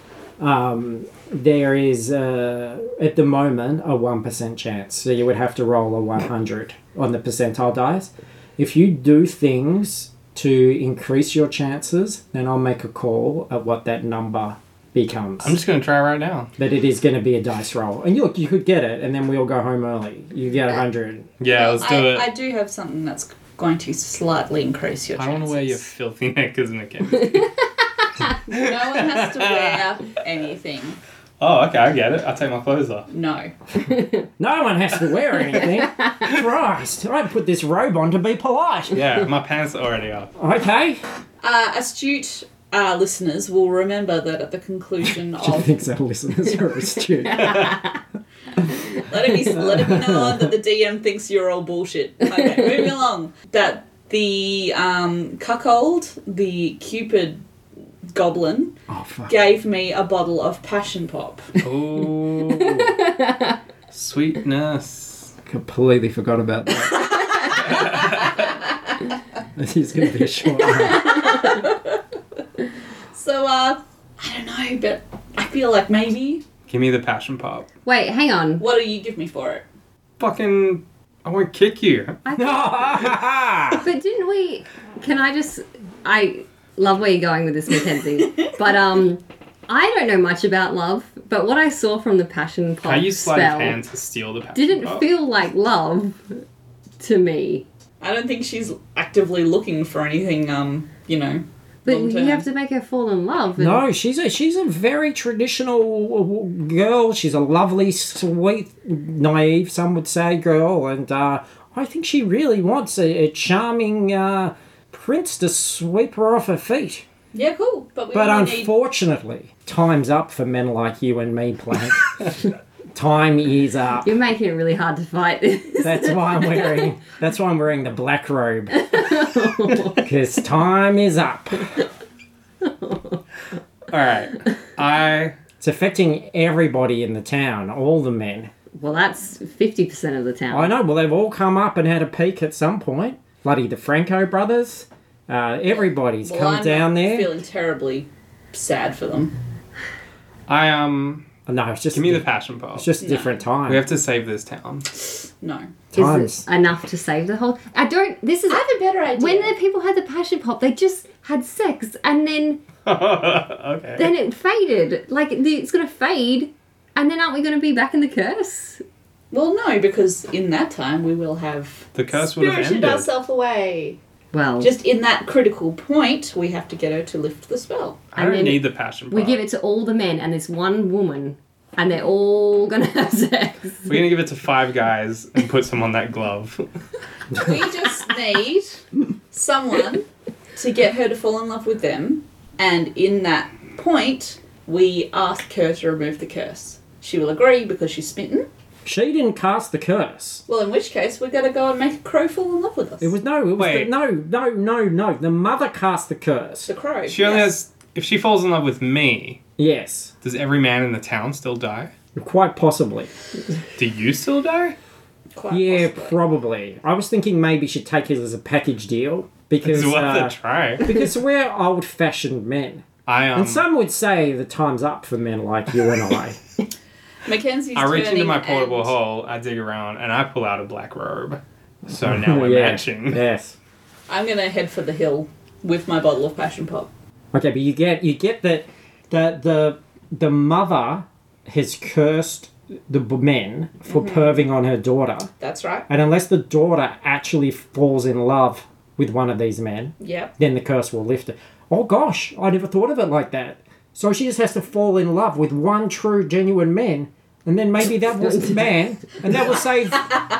Speaker 2: um, there is uh, at the moment a one percent chance. So you would have to roll a one hundred on the percentile dice. If you do things to increase your chances, then I'll make a call at what that number becomes.
Speaker 4: I'm just gonna try right now.
Speaker 2: But it is going to be a dice roll. And you look, you could get it, and then we all go home early. You get a hundred.
Speaker 4: Yeah, let's do
Speaker 3: I,
Speaker 4: it.
Speaker 3: I do have something that's going to slightly increase your
Speaker 4: I
Speaker 3: chances.
Speaker 4: don't want to wear your filthy knickers, Mackenzie.
Speaker 3: No one has to wear anything.
Speaker 4: Oh, okay, I get it. I'll take my clothes off.
Speaker 3: No.
Speaker 2: No one has to wear anything. Christ, I put this robe on to be polite.
Speaker 4: Yeah, my pants are already off.
Speaker 2: Okay.
Speaker 3: Uh, astute uh, listeners will remember that at the conclusion
Speaker 2: She
Speaker 3: of
Speaker 2: thinks our listeners are astute.
Speaker 3: let it be let it be known that the DM thinks you're all bullshit. Okay, moving along. That the um, cuckold, the Cupid goblin,
Speaker 2: Oh, fuck.
Speaker 3: gave me a bottle of passion pop.
Speaker 4: Ooh. Sweetness.
Speaker 2: Completely forgot about that. this is going to be a short one.
Speaker 3: So uh, I don't know, but I feel like maybe.
Speaker 4: Give me the passion pop.
Speaker 5: Wait, hang on.
Speaker 3: What do you give me for it?
Speaker 4: Fucking, I won't kick you.
Speaker 5: I But didn't we? Can I just? I love where you're going with this, Mackenzie. but um, I don't know much about love. But what I saw from the passion pop
Speaker 4: How you sleight of
Speaker 5: spell
Speaker 4: hand to steal the passion
Speaker 5: didn't
Speaker 2: Oh.
Speaker 4: pop?
Speaker 5: feel like love to me.
Speaker 3: I don't think she's actively looking for anything. Um, you know.
Speaker 5: But
Speaker 3: long
Speaker 5: you
Speaker 3: term.
Speaker 5: have to make her fall in love. and-
Speaker 2: No, she's a she's a very traditional girl. She's a lovely, sweet, naive, some would say, girl, and uh, I think she really wants a, a charming uh, prince to sweep her off her feet.
Speaker 3: Yeah, cool. But we
Speaker 2: But
Speaker 3: only need.
Speaker 2: unfortunately, time's up for men like you and me, Plank. Time is up.
Speaker 5: You're making it really hard to fight this.
Speaker 2: That's why I'm wearing. That's why I'm wearing the black robe. Because time is up.
Speaker 4: All right. I
Speaker 2: It's affecting everybody in the town. All the men.
Speaker 5: well, that's 50% of the town.
Speaker 2: I know. Well, they've all come up and had a peek at some point. Bloody the Franco brothers. Uh, everybody's
Speaker 3: Well,
Speaker 2: come
Speaker 3: I'm
Speaker 2: down there.
Speaker 3: Feeling terribly sad for them.
Speaker 4: I um
Speaker 2: no, it's just
Speaker 4: give me the passion pop.
Speaker 2: It's just a different time.
Speaker 4: we have to save this town.
Speaker 3: No.
Speaker 5: Is
Speaker 2: times.
Speaker 5: it enough to save the whole? I don't. This is.
Speaker 3: I have a better idea.
Speaker 5: when the people had the passion pop, they just had sex and then
Speaker 4: okay.
Speaker 5: then it faded. Like the- it's gonna fade, and then aren't we gonna be back in the curse?
Speaker 3: Well, no, because in that time we will have
Speaker 4: The curse would have ended.
Speaker 3: ourselves away.
Speaker 5: Well,
Speaker 3: Just in that critical point, we have to get her to lift the spell.
Speaker 4: I don't
Speaker 5: and then
Speaker 4: need the passion pop.
Speaker 5: we give it to all the men and this one woman, and they're all gonna have sex.
Speaker 4: We're gonna give it to five guys and put some on that glove.
Speaker 3: We just need someone to get her to fall in love with them, and in that point, we ask her to remove the curse. She will agree because she's smitten.
Speaker 2: She didn't cast the curse.
Speaker 3: Well, in which case, we're gonna go and make a crow fall in love with us.
Speaker 2: It was no. It was
Speaker 4: Wait.
Speaker 2: The, no, no, no, no. The mother cast the curse.
Speaker 3: the crow.
Speaker 4: She only
Speaker 3: yes.
Speaker 4: has. If she falls in love with me,
Speaker 2: Yes,
Speaker 4: does every man in the town still die?
Speaker 2: quite possibly.
Speaker 4: Do you still die?
Speaker 3: Quite
Speaker 2: Yeah,
Speaker 3: possibly.
Speaker 2: probably. I was thinking maybe she'd take it as a package deal because
Speaker 4: It's worth
Speaker 2: uh,
Speaker 4: a try.
Speaker 2: because we're old-fashioned men,
Speaker 4: I um.
Speaker 2: and some would say the time's up for men like you and I.
Speaker 3: Mackenzie's
Speaker 4: I reach into
Speaker 3: turning
Speaker 4: my portable
Speaker 3: and-
Speaker 4: hole, I dig around, and I pull out a black robe. So now we're
Speaker 2: Yeah.
Speaker 4: matching.
Speaker 2: Yes.
Speaker 3: I'm gonna head for the hill with my bottle of passion pop.
Speaker 2: Okay, but you get you get that that the the mother has cursed the b- men for
Speaker 4: Mm-hmm.
Speaker 2: perving on her daughter,
Speaker 3: That's right.
Speaker 2: and unless the daughter actually falls in love with one of these men,
Speaker 3: Yep.
Speaker 2: then the curse will lift it. Oh gosh, I never thought of it like that. So she just has to fall in love with one true, genuine man, and then maybe that was the man, and that will save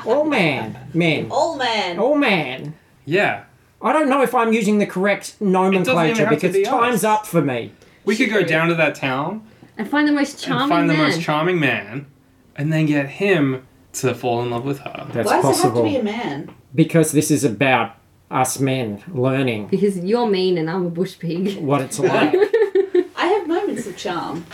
Speaker 2: all man, men,
Speaker 3: All man.
Speaker 2: all man.
Speaker 4: Yeah.
Speaker 2: I don't know if I'm using the correct nomenclature
Speaker 4: have to
Speaker 2: because
Speaker 4: be
Speaker 2: time's
Speaker 4: us.
Speaker 2: up for me.
Speaker 4: We could go down to that town
Speaker 5: And find the most
Speaker 4: and
Speaker 5: charming
Speaker 4: find the
Speaker 5: man.
Speaker 4: most charming man and then get him to fall in love with her.
Speaker 2: That's
Speaker 3: Why does
Speaker 2: possible
Speaker 3: it have to be a man?
Speaker 2: because this is about us men learning
Speaker 5: because you're mean and I'm a bush pig.
Speaker 2: what it's like.
Speaker 3: I have moments of charm.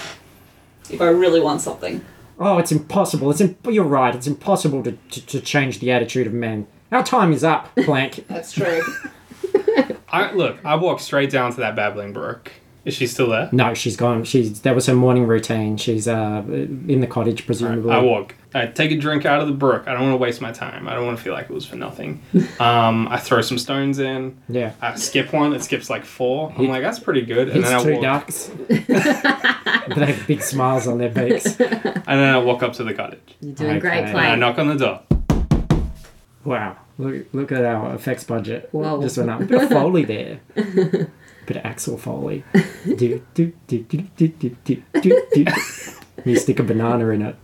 Speaker 3: If I really want something.
Speaker 2: oh, it's impossible. It's imp- you're right. It's impossible to, to to change the attitude of men. Our time is up, blank.
Speaker 3: That's true.
Speaker 4: I look, I walk straight down to that babbling brook. Is she still there?
Speaker 2: No, she's gone. She's that was her morning routine. She's uh in the cottage presumably.
Speaker 4: I walk. I take a drink out of the brook. I don't want to waste my time. I don't want to feel like it was for nothing. Um, I throw some stones in.
Speaker 2: Yeah.
Speaker 4: I skip one. It skips like four. I'm like, that's pretty good. And
Speaker 2: It's
Speaker 4: then I
Speaker 2: two
Speaker 4: walk.
Speaker 2: ducks. they have big smiles on their beaks.
Speaker 4: And then I walk up to the cottage.
Speaker 5: You're doing great
Speaker 2: Okay.
Speaker 4: And I
Speaker 5: play.
Speaker 4: knock on the door.
Speaker 2: Wow. Look, look at our effects budget.
Speaker 5: Whoa.
Speaker 2: Just went up. Bit of Foley there. Bit of Axel Foley. do, do, do, do, do, do, do, do, do. and you stick a banana in it.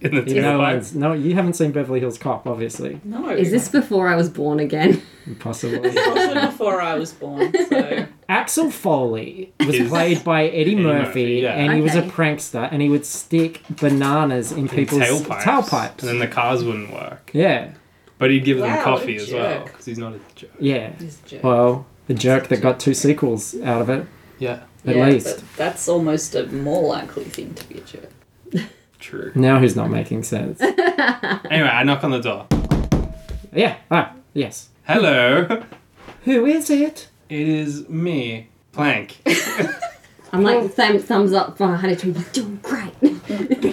Speaker 4: in the
Speaker 2: You know,
Speaker 4: tailpipe.
Speaker 2: it's- no, you haven't seen Beverly Hills Cop, obviously.
Speaker 3: No.
Speaker 5: Is this before I was born again?
Speaker 2: Possibly.
Speaker 3: also before I was born? So
Speaker 2: Axel Foley was
Speaker 4: Is-
Speaker 2: played by Eddie,
Speaker 4: Murphy,
Speaker 2: Murphy,
Speaker 4: yeah.
Speaker 2: and he was a
Speaker 5: Okay.
Speaker 2: prankster, and he would stick bananas in people's
Speaker 4: tailpipes.
Speaker 2: tailpipes.
Speaker 4: And then the cars wouldn't work.
Speaker 2: yeah,
Speaker 4: But he'd give them
Speaker 3: Wow,
Speaker 4: coffee
Speaker 3: what a
Speaker 4: as well
Speaker 3: jerk.
Speaker 4: because he's not a jerk.
Speaker 2: yeah.
Speaker 3: He's a jerk.
Speaker 2: Well, the jerk that got two sequels out of it,
Speaker 4: Yeah,
Speaker 2: at
Speaker 5: Yeah,
Speaker 2: least.
Speaker 3: But that's almost a more likely thing to be a jerk.
Speaker 4: true.
Speaker 2: Now he's not making sense.
Speaker 4: Anyway, I knock on the door.
Speaker 2: yeah. Ah, yes.
Speaker 4: Hello,
Speaker 2: Who is it?
Speaker 4: it is me, Plank.
Speaker 5: I'm like thumb, thumbs up for Honey Tree. You're doing great.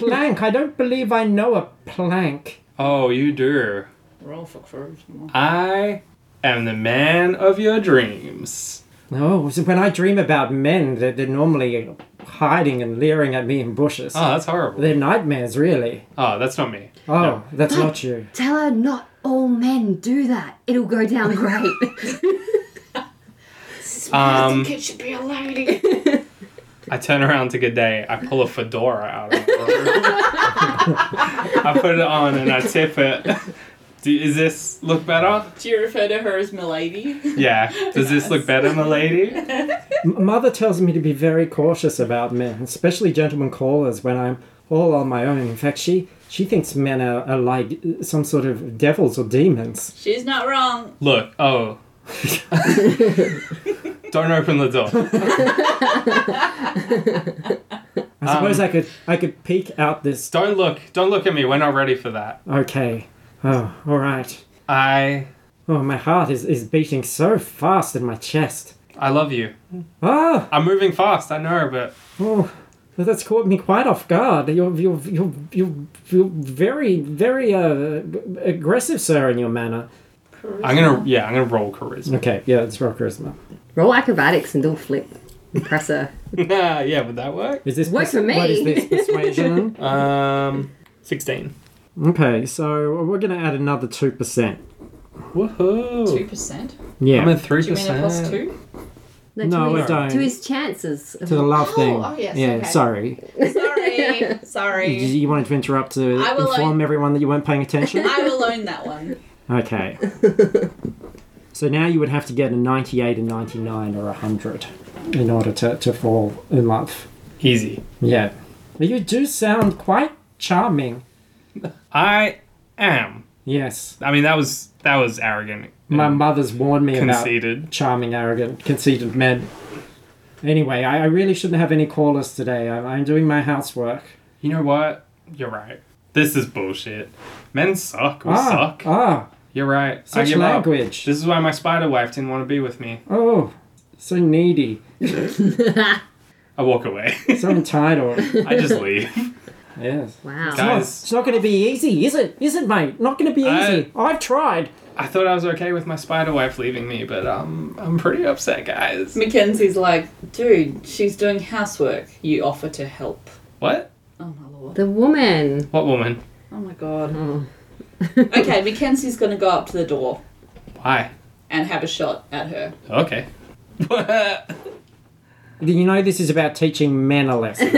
Speaker 2: Plank. I don't believe I know a plank.
Speaker 4: Oh, you do.
Speaker 3: Roll for charisma.
Speaker 4: I am the man of your dreams.
Speaker 2: Oh, so when I dream about men, that they're normally hiding and leering at me in bushes.
Speaker 4: Oh, that's horrible.
Speaker 2: They're nightmares, really.
Speaker 4: Oh, that's not me.
Speaker 2: Oh, that's not you.
Speaker 5: Tell her not all men do that. It'll go down great.
Speaker 4: Um,
Speaker 3: It should be a lady.
Speaker 4: I turn around to good day. I pull a fedora out of the room. I put it on and I tip it. Do, is this look better?
Speaker 3: Do you refer to her as Milady?
Speaker 4: Yeah. Does this look better, milady?
Speaker 2: M- Mother tells me to be very cautious about men, especially gentlemen callers, when I'm all on my own. In fact, she she thinks men are, are like uh, some sort of devils or demons.
Speaker 3: She's not wrong.
Speaker 4: Look, oh. Don't open the door.
Speaker 2: I suppose I could I could peek out this.
Speaker 4: Don't look. Don't look at me. We're not ready for that.
Speaker 2: Okay. Oh, all right.
Speaker 4: I
Speaker 2: Oh, my heart is, is beating so fast in my chest.
Speaker 4: I love you.
Speaker 2: Ah,
Speaker 4: I'm moving fast, I know, but
Speaker 2: oh, that's caught me quite off guard. You're you're you're you're, you're very very uh, aggressive, sir, in your manner.
Speaker 4: I'm gonna yeah, I'm gonna roll charisma.
Speaker 2: Okay, yeah, it's raw charisma.
Speaker 5: Roll acrobatics and do a flip. Impress her.
Speaker 4: yeah, yeah, would that work?
Speaker 2: Is this
Speaker 5: Work for me.
Speaker 2: What is this persuasion?
Speaker 4: Um sixteen.
Speaker 2: Okay, so we're going to add another 2%.
Speaker 3: Two
Speaker 2: Oh.
Speaker 4: Woohoo!
Speaker 3: percent.
Speaker 2: Yeah.
Speaker 4: I'm at three
Speaker 3: Do you mean a plus
Speaker 4: percent.
Speaker 3: two?
Speaker 2: No,
Speaker 5: to
Speaker 2: we
Speaker 5: his,
Speaker 2: don't.
Speaker 5: To his chances.
Speaker 2: to the love
Speaker 3: Oh,
Speaker 2: thing.
Speaker 3: oh, yes,
Speaker 2: yeah,
Speaker 3: okay.
Speaker 2: sorry.
Speaker 3: Sorry,
Speaker 2: You,
Speaker 3: sorry.
Speaker 2: you wanted to interrupt to
Speaker 3: I will,
Speaker 2: inform everyone that you weren't paying attention?
Speaker 3: I will own that one.
Speaker 2: okay. so now you would have to get a 98, a 99, or a 100 in order to, to fall in love.
Speaker 4: Easy.
Speaker 2: Yeah. But you do sound quite charming.
Speaker 4: I am.
Speaker 2: Yes.
Speaker 4: I mean that was that was arrogant.
Speaker 2: My mother's warned me
Speaker 4: Conceited.
Speaker 2: about charming, arrogant, conceited men. Anyway, I, I really shouldn't have any callers today. I, I'm doing my housework.
Speaker 4: You know what? You're right. This is bullshit. Men suck. We
Speaker 2: Ah,
Speaker 4: suck.
Speaker 2: ah,
Speaker 4: You're right. I
Speaker 2: Such
Speaker 4: give up.
Speaker 2: language.
Speaker 4: This is why my spider wife didn't want to be with me.
Speaker 2: oh, so needy,
Speaker 4: I walk away.
Speaker 2: so entitled.
Speaker 4: I just leave.
Speaker 2: Yes.
Speaker 5: wow.
Speaker 4: Guys.
Speaker 2: Oh, it's not going to be easy, is it? Is it, mate? Not going to be
Speaker 4: I-
Speaker 2: easy. I've tried.
Speaker 4: I thought I was okay with my spider wife leaving me, but um, I'm pretty upset, guys.
Speaker 3: Mackenzie's like, dude, she's doing housework. You offer to help.
Speaker 4: What?
Speaker 3: Oh my lord.
Speaker 5: The woman.
Speaker 4: What woman?
Speaker 3: Oh my god.
Speaker 5: Oh.
Speaker 3: Okay, Mackenzie's gonna go up to the door
Speaker 4: Why?
Speaker 3: and have a shot at her.
Speaker 4: Okay.
Speaker 2: You know this is about teaching men a lesson.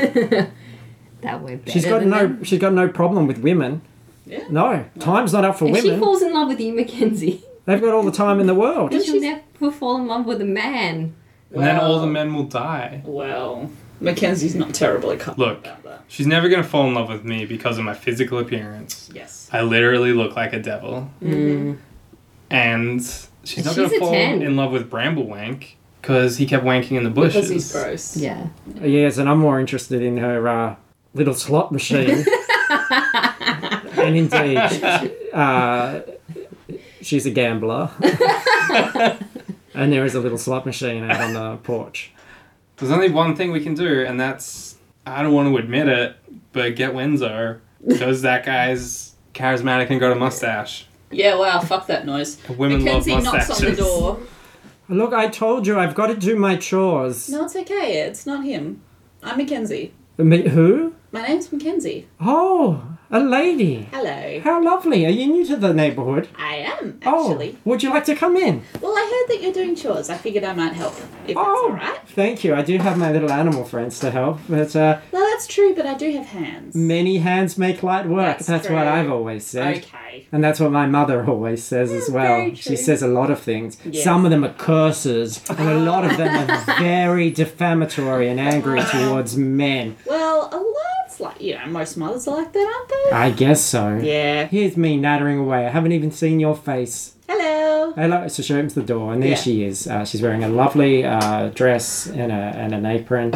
Speaker 5: That went better.
Speaker 2: She's got
Speaker 5: than
Speaker 2: no.
Speaker 5: that.
Speaker 2: She's got no problem with women.
Speaker 3: Yeah.
Speaker 2: No, time's not up for
Speaker 5: If she
Speaker 2: women.
Speaker 5: falls in love with you, Mackenzie,
Speaker 2: They've got all the time in the world.
Speaker 5: then she'll
Speaker 3: she's-
Speaker 5: never fall in love with a man.
Speaker 4: and then all the
Speaker 3: Well-
Speaker 4: men will die.
Speaker 3: Well, Mackenzie's not terribly calm
Speaker 4: Look.
Speaker 3: about that.
Speaker 4: She's never gonna fall in love with me because of my physical appearance.
Speaker 3: Yes.
Speaker 4: I literally look like a devil. Mm-hmm. And she's not
Speaker 5: She's
Speaker 4: gonna
Speaker 5: a
Speaker 4: fall
Speaker 5: 10.
Speaker 4: in love with Bramble Wank because he kept wanking in the
Speaker 3: Because
Speaker 4: bushes.
Speaker 3: he's gross.
Speaker 5: Yeah.
Speaker 2: Uh, Yes, and I'm more interested in her uh, little slot machine. and indeed, uh, she's a gambler. and there is a little slot machine out on the porch.
Speaker 4: There's only one thing we can do, and that's I don't want to admit it, but get Wenzo because that guy's charismatic and got a mustache.
Speaker 3: Yeah, wow, fuck that noise.
Speaker 4: Women
Speaker 3: Mackenzie
Speaker 4: love
Speaker 3: knocks on the
Speaker 4: mustaches.
Speaker 3: door.
Speaker 2: Look, I told you I've got to do my chores.
Speaker 3: No, it's okay. It's not him. I'm Mackenzie.
Speaker 2: Me- who?
Speaker 3: My name's Mackenzie.
Speaker 2: Oh, a lady.
Speaker 3: Hello.
Speaker 2: How lovely. Are you new to the neighborhood?
Speaker 3: I am,
Speaker 2: Oh,
Speaker 3: actually.
Speaker 2: would you like to come in?
Speaker 3: Well, I heard that you're doing chores. I figured I might help, if that's
Speaker 2: Oh,
Speaker 3: alright.
Speaker 2: thank you. I do have my little animal friends to help, but uh,
Speaker 3: No, That's true, but I do have hands.
Speaker 2: Many hands make light work. That's,
Speaker 3: That's
Speaker 2: what
Speaker 3: true.
Speaker 2: I've always said.
Speaker 3: Okay.
Speaker 2: And that's what my mother always says as well.
Speaker 3: very
Speaker 2: She
Speaker 3: true.
Speaker 2: says a lot of things.
Speaker 3: Yes.
Speaker 2: Some of them are curses, and a lot of them are very defamatory and angry towards men.
Speaker 3: Well, a lot's like you know most mothers are like that, aren't they?
Speaker 2: I guess so.
Speaker 3: yeah.
Speaker 2: Here's me nattering away. I haven't even seen your face.
Speaker 3: Hello.
Speaker 2: Hello. So she opens the door, and there
Speaker 3: Yeah.
Speaker 2: she is. Uh, she's wearing a lovely uh, dress and, a, and an apron.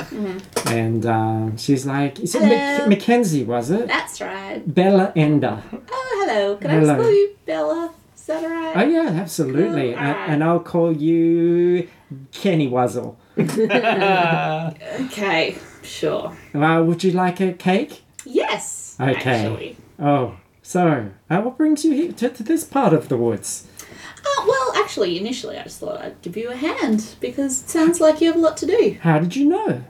Speaker 2: And um, she's like, is it Mac-
Speaker 3: Mm-hmm. Hello.
Speaker 2: Mackenzie, was it?
Speaker 3: That's right.
Speaker 2: Bella Ender.
Speaker 3: Oh, hello. Can I
Speaker 2: Hello.
Speaker 3: just call you Bella? Is that alright?
Speaker 2: Oh, yeah, absolutely.
Speaker 3: Cool.
Speaker 2: And, and I'll call you Kenny Wuzzle.
Speaker 3: Okay. Sure.
Speaker 2: Uh, would you like a cake?
Speaker 3: Yes.
Speaker 2: Okay.
Speaker 3: Actually.
Speaker 2: Oh, so, uh, what brings you here to, to this part of the woods?
Speaker 3: Oh, well, actually, initially I just thought I'd give you a hand because it sounds like you have a lot to do.
Speaker 2: How did you know?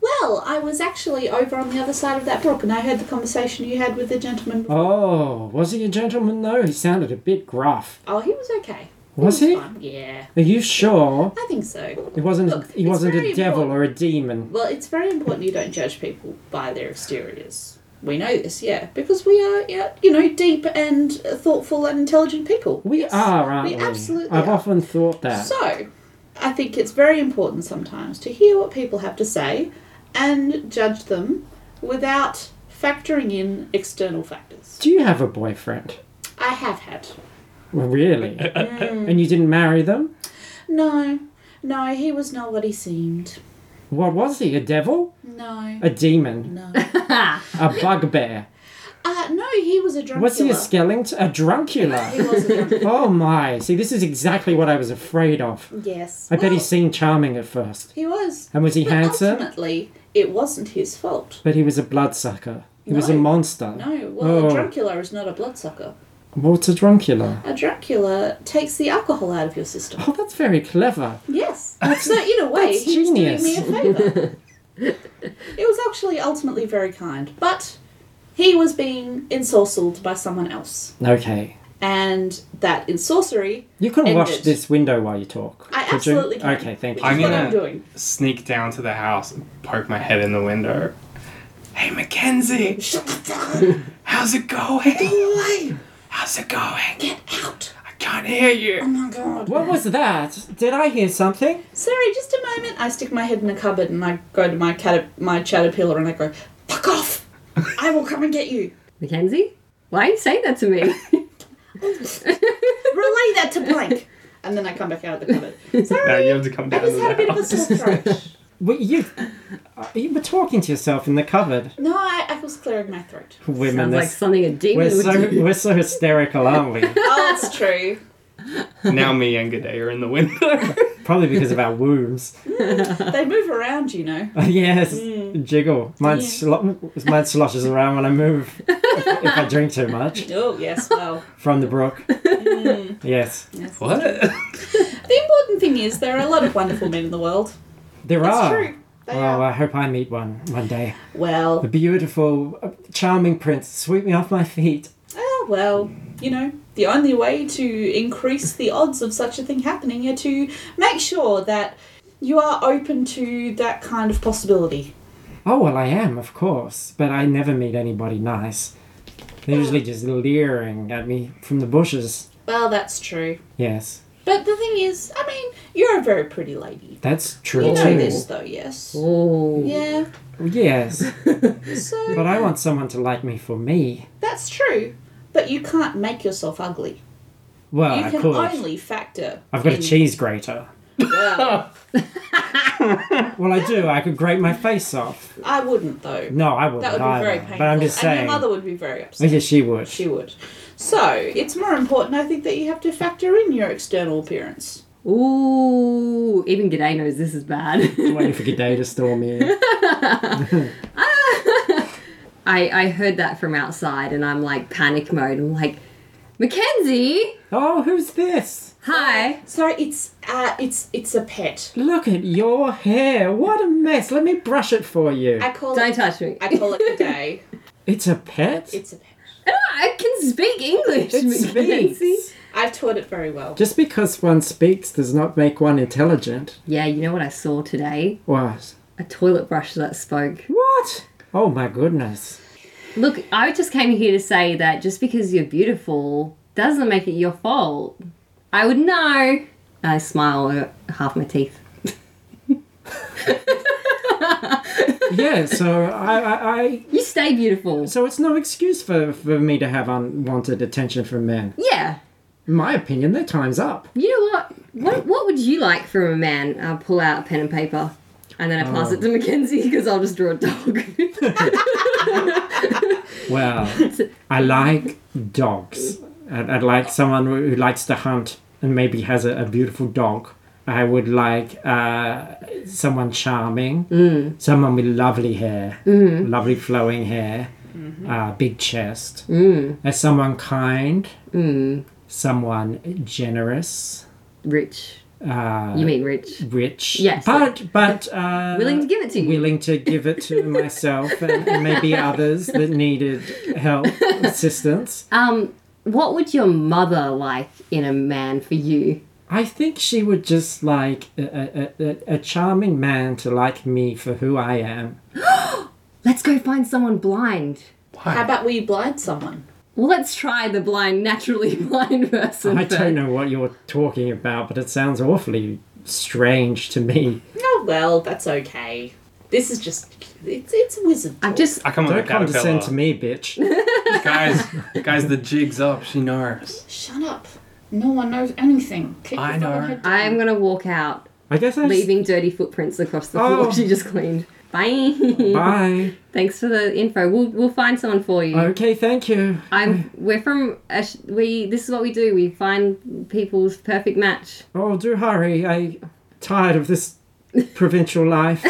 Speaker 3: Well, I was actually over on the other side of that brook and I heard the conversation you had with the gentleman before.
Speaker 2: Oh, was he a gentleman though? He sounded a bit gruff.
Speaker 3: Oh, he was okay.
Speaker 2: Was he? Are
Speaker 3: Fine. Yeah,
Speaker 2: you sure
Speaker 3: I think so.
Speaker 2: it wasn't?
Speaker 3: Look,
Speaker 2: he
Speaker 3: it's
Speaker 2: wasn't a
Speaker 3: very
Speaker 2: devil
Speaker 3: important.
Speaker 2: or a demon.
Speaker 3: Well, it's very important you don't judge people by their exteriors. We know this, yeah, because we are, yeah, you know, deep and thoughtful and intelligent people.
Speaker 2: We
Speaker 3: Yes.
Speaker 2: are, aren't we?
Speaker 3: we absolutely
Speaker 2: I've
Speaker 3: are.
Speaker 2: often thought that.
Speaker 3: So, I think it's very important sometimes to hear what people have to say and judge them without factoring in external factors.
Speaker 2: Do you have a boyfriend?
Speaker 3: I have had.
Speaker 2: Well, Really? and you didn't marry them?
Speaker 3: No, no, he was not what he seemed.
Speaker 2: What was he? A devil?
Speaker 3: No,
Speaker 2: A demon?
Speaker 3: no.
Speaker 2: A bugbear?
Speaker 3: Uh, no, he was a drunkard.
Speaker 2: Was he a skeleton? A druncula?
Speaker 3: He was a drunkard.
Speaker 2: Oh my! See, this is exactly what I was afraid of.
Speaker 3: Yes.
Speaker 2: I bet he
Speaker 3: Well,
Speaker 2: seemed charming at first.
Speaker 3: He was.
Speaker 2: And was he
Speaker 3: But
Speaker 2: handsome?
Speaker 3: ultimately, it wasn't his fault.
Speaker 2: But he was a bloodsucker. He was a
Speaker 3: No.
Speaker 2: monster.
Speaker 3: No, well,
Speaker 2: Oh.
Speaker 3: a Dracula is not a bloodsucker.
Speaker 2: What's a druncula?
Speaker 3: A Dracula takes the alcohol out of your system.
Speaker 2: Oh, that's very clever.
Speaker 3: Yes. so, in a way,
Speaker 2: that's
Speaker 3: he was doing me a
Speaker 2: genius.
Speaker 3: favour. it was actually ultimately very kind, but he was being ensorcelled by someone else.
Speaker 2: Okay.
Speaker 3: And that ensorcery,
Speaker 2: You can
Speaker 3: End
Speaker 2: wash
Speaker 3: it.
Speaker 2: this window while you talk.
Speaker 3: I
Speaker 2: could you?
Speaker 3: absolutely can.
Speaker 2: Okay, thank you.
Speaker 3: That's
Speaker 4: I'm
Speaker 3: what
Speaker 4: gonna-
Speaker 3: I'm doing.
Speaker 4: Sneak down to the house and poke my head in the window. Hey, Mackenzie! How's it going? How's it going?
Speaker 3: Get out!
Speaker 4: I can't hear
Speaker 3: Oh
Speaker 4: you.
Speaker 3: my god.
Speaker 2: What was that? Did I hear something?
Speaker 3: Sorry, just a moment. I stick my head in the cupboard and I go to my cat, my caterpillar, and I go, "Fuck off! I will come and get you."
Speaker 5: Mackenzie, why are you saying that to me?
Speaker 3: Relay that to blank. And then I come back out of the cupboard.
Speaker 4: Now
Speaker 3: Sorry,
Speaker 4: you have to come
Speaker 3: I
Speaker 4: down to
Speaker 3: just had a
Speaker 4: the
Speaker 3: bit of a
Speaker 4: house.
Speaker 3: sore throat.
Speaker 2: Well, you, uh, you were talking to yourself in the cupboard.
Speaker 3: No, I, I was clearing my throat.
Speaker 2: Women,
Speaker 5: Sounds like
Speaker 2: this-
Speaker 5: something a demon
Speaker 2: we're
Speaker 5: would
Speaker 2: so
Speaker 5: do.
Speaker 2: we're so hysterical, aren't we?
Speaker 3: Oh, that's true.
Speaker 4: Now me and G'day are in the window.
Speaker 2: Probably because of our wombs.
Speaker 3: They move around, you know.
Speaker 2: yes, jiggle. Mine,
Speaker 3: Mm. Yeah.
Speaker 2: slo- mine sloshes around when I move if I drink too much
Speaker 3: Oh yes, well.
Speaker 2: from the brook.
Speaker 3: Mm.
Speaker 2: Yes,
Speaker 4: what?
Speaker 3: The important thing is there are a lot of wonderful men in the world.
Speaker 2: there
Speaker 3: That's
Speaker 2: are.
Speaker 3: true. They
Speaker 2: Oh,
Speaker 3: are.
Speaker 2: I hope I meet one one day. A
Speaker 3: Well,
Speaker 2: beautiful, uh, charming prince, sweep me off my feet.
Speaker 3: ah, well, you know, the only way to increase the odds of such a thing happening are to make sure that you are open to that kind of possibility.
Speaker 2: Oh, well, I am, of course, but I never meet anybody nice. They're usually just leering at me from the bushes.
Speaker 3: Well, that's true.
Speaker 2: Yes,
Speaker 3: But the thing is, I mean, you're a very pretty lady.
Speaker 2: that's true
Speaker 3: You know
Speaker 2: too.
Speaker 3: this, though, yes.
Speaker 5: Oh.
Speaker 3: Yeah.
Speaker 2: Yes,
Speaker 3: So
Speaker 2: but I want someone to like me for me.
Speaker 3: that's true. But you can't make yourself ugly.
Speaker 2: Well,
Speaker 3: you
Speaker 2: I
Speaker 3: can
Speaker 2: could.
Speaker 3: only factor.
Speaker 2: Ah, I've got a
Speaker 3: in-
Speaker 2: cheese grater.
Speaker 3: Well,
Speaker 2: Well, I do. I could grate my face off.
Speaker 3: I wouldn't though.
Speaker 2: No, I wouldn't
Speaker 3: that would be
Speaker 2: either.
Speaker 3: very painful.
Speaker 2: but I'm just
Speaker 3: and
Speaker 2: saying.
Speaker 3: your mother would be very
Speaker 2: Oh,
Speaker 3: upset.
Speaker 2: yeah, she would.
Speaker 3: She would. So it's more important, I think, that you have to factor in your external appearance.
Speaker 5: Ooh. Even G'day knows this is bad.
Speaker 2: Waiting for G'day to storm in.
Speaker 5: I, I heard that from outside and I'm like panic mode. I'm like, Mackenzie,
Speaker 2: Oh, who's this?
Speaker 5: hi.
Speaker 3: Sorry, it's uh, it's it's a pet.
Speaker 2: Look at your hair. What a mess. Let me brush it for you.
Speaker 3: I call
Speaker 5: Don't
Speaker 3: it.
Speaker 5: touch me.
Speaker 3: I call it today.
Speaker 2: It's a pet?
Speaker 3: It's a pet.
Speaker 5: I can speak English,
Speaker 2: It
Speaker 5: Mackenzie.
Speaker 2: speaks.
Speaker 3: I've taught it very well.
Speaker 2: Just because one speaks does not make one intelligent.
Speaker 5: Yeah, you know what I saw today?
Speaker 2: What?
Speaker 5: A toilet brush that spoke.
Speaker 2: What? Oh my goodness.
Speaker 5: Look, I just came here to say that just because you're beautiful doesn't make it your fault. I would know. I smile at half my teeth.
Speaker 2: Yeah, so I, I, I
Speaker 5: You stay beautiful.
Speaker 2: so it's no excuse for, for me to have unwanted attention from men.
Speaker 5: Yeah.
Speaker 2: In my opinion, their time's up.
Speaker 5: You know what? What what would you like from a man? I'll pull out a pen and paper, and then I pass it to Mackenzie because I'll just draw a dog.
Speaker 2: Well, I like dogs. I'd, I'd like someone who who likes to hunt and maybe has a, a beautiful dog. I would like uh, someone charming,
Speaker 5: Mm.
Speaker 2: someone with lovely hair, lovely flowing hair, uh, big chest, mm. as someone kind,
Speaker 5: Mm.
Speaker 2: someone generous,
Speaker 5: rich.
Speaker 2: uh,
Speaker 5: You mean rich?
Speaker 2: rich,
Speaker 5: Yes.
Speaker 2: but but uh,
Speaker 5: Willing to give it to you.
Speaker 2: willing to give it to myself and, and maybe others that needed help, assistance.
Speaker 5: Um, what would your mother like in a man for you?
Speaker 2: I think she would just like a, a, a, a charming man to like me for who I am.
Speaker 5: Let's go find someone blind.
Speaker 3: How about we blind someone?
Speaker 5: Well, let's try the blind, naturally blind person.
Speaker 2: I
Speaker 5: first.
Speaker 2: don't know what you're talking about, but it sounds awfully strange to me.
Speaker 3: Oh well, that's okay. This is just it's it's wizard.
Speaker 5: I've just
Speaker 4: I come on,
Speaker 2: Don't condescend
Speaker 4: caterpillar.
Speaker 2: to me, bitch.
Speaker 4: guys, guys, the jig's up. She knows.
Speaker 3: Shut up. No one knows anything. Keep
Speaker 4: I
Speaker 3: your fucking
Speaker 4: know.
Speaker 3: head down.
Speaker 5: I'm gonna walk out,
Speaker 2: I guess I just...
Speaker 5: leaving dirty footprints across the
Speaker 2: Oh.
Speaker 5: floor she just cleaned. Bye.
Speaker 2: Bye.
Speaker 5: Thanks for the info. We'll we'll find someone for you.
Speaker 2: Okay, thank you.
Speaker 5: I'm. We're from. A sh- we. This is what we do. We find people's perfect match.
Speaker 2: Oh, do hurry. i tired of this provincial life.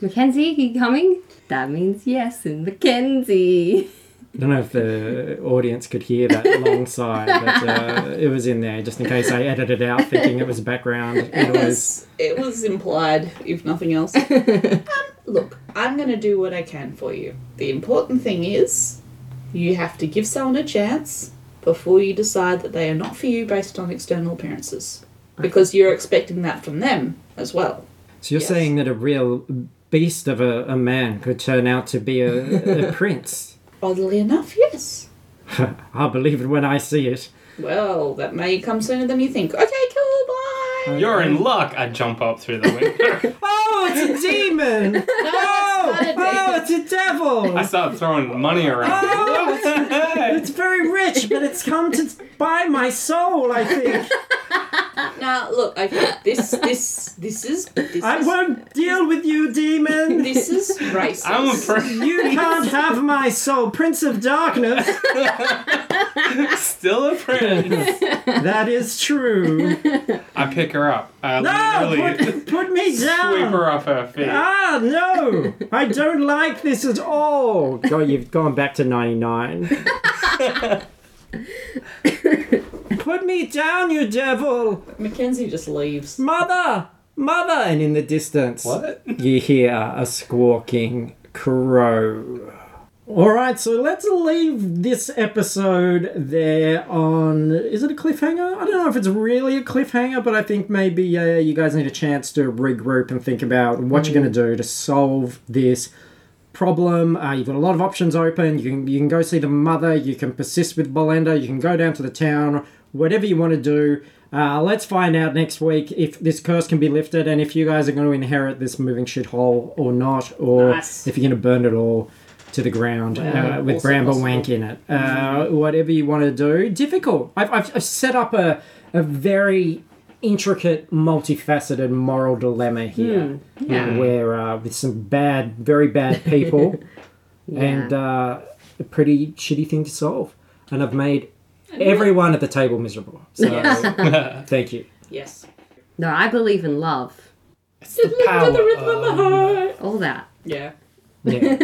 Speaker 5: Mackenzie, you coming? That means yes, and Mackenzie.
Speaker 2: I don't know if the audience could hear that long sigh, but uh, it was in there just in case I edited out thinking it was background. It
Speaker 3: It
Speaker 2: was.
Speaker 3: was, it was implied, if nothing else. um, look, I'm going to do what I can for you. The important thing is you have to give someone a chance before you decide that they are not for you based on external appearances. Because you're expecting that from them as well.
Speaker 2: So you're
Speaker 3: Yes.
Speaker 2: saying that a real beast of a, a man could turn out to be a, a prince?
Speaker 3: Oddly enough, yes.
Speaker 2: I'll believe it when I see it.
Speaker 3: Well, that may come sooner than you think. Okay, cool, bye!
Speaker 4: You're in luck. I jump up through the window.
Speaker 2: Oh, it's a demon! no, oh,
Speaker 3: not a
Speaker 2: oh,
Speaker 3: demon.
Speaker 2: it's a devil!
Speaker 4: I start throwing money around.
Speaker 2: Oh, it's,
Speaker 4: Hey.
Speaker 2: it's very rich, but it's come to buy my soul. I think
Speaker 3: Now, look, okay, this, this, this is, this
Speaker 2: I
Speaker 3: is,
Speaker 2: won't deal with you, demon.
Speaker 3: this is racist.
Speaker 4: I'm a prince.
Speaker 2: You can't have my soul, Prince of Darkness.
Speaker 4: Still a prince.
Speaker 2: That is true.
Speaker 4: I pick her up. I
Speaker 2: No,
Speaker 4: literally
Speaker 2: put, put me
Speaker 4: sweep
Speaker 2: down.
Speaker 4: her off her feet.
Speaker 2: Ah, no, I don't like this at all. God, you've gone back to 99. put me down, you devil.
Speaker 3: Mackenzie just leaves.
Speaker 2: Mother, mother. And in the distance,
Speaker 4: What?
Speaker 2: you hear a squawking crow. All right, so let's leave this episode there on. Is it a cliffhanger? I don't know if it's really a cliffhanger, but I think maybe uh, you guys need a chance to regroup and think about what you're going to do to solve this problem. Uh, you've got a lot of options open. You can, you can go see the mother, you can persist with Belinda, you can go down to the town, whatever you want to do. Uh, let's find out next week if this curse can be lifted and if you guys are going to inherit this moving shithole or not, or
Speaker 3: Nice.
Speaker 2: if you're going to burn it all to the ground uh, with
Speaker 3: also
Speaker 2: bramble
Speaker 3: possible.
Speaker 2: wank in it. Uh, whatever you want to do, difficult. I've, I've, I've set up a, a very intricate, multifaceted moral dilemma here, uh, where uh, with some bad, very bad people, and uh, a pretty shitty thing to solve. And I've made everyone at the table miserable. So thank you.
Speaker 3: Yes.
Speaker 5: No, I believe in love.
Speaker 2: Power.
Speaker 5: All that.
Speaker 3: Yeah.
Speaker 2: Yeah,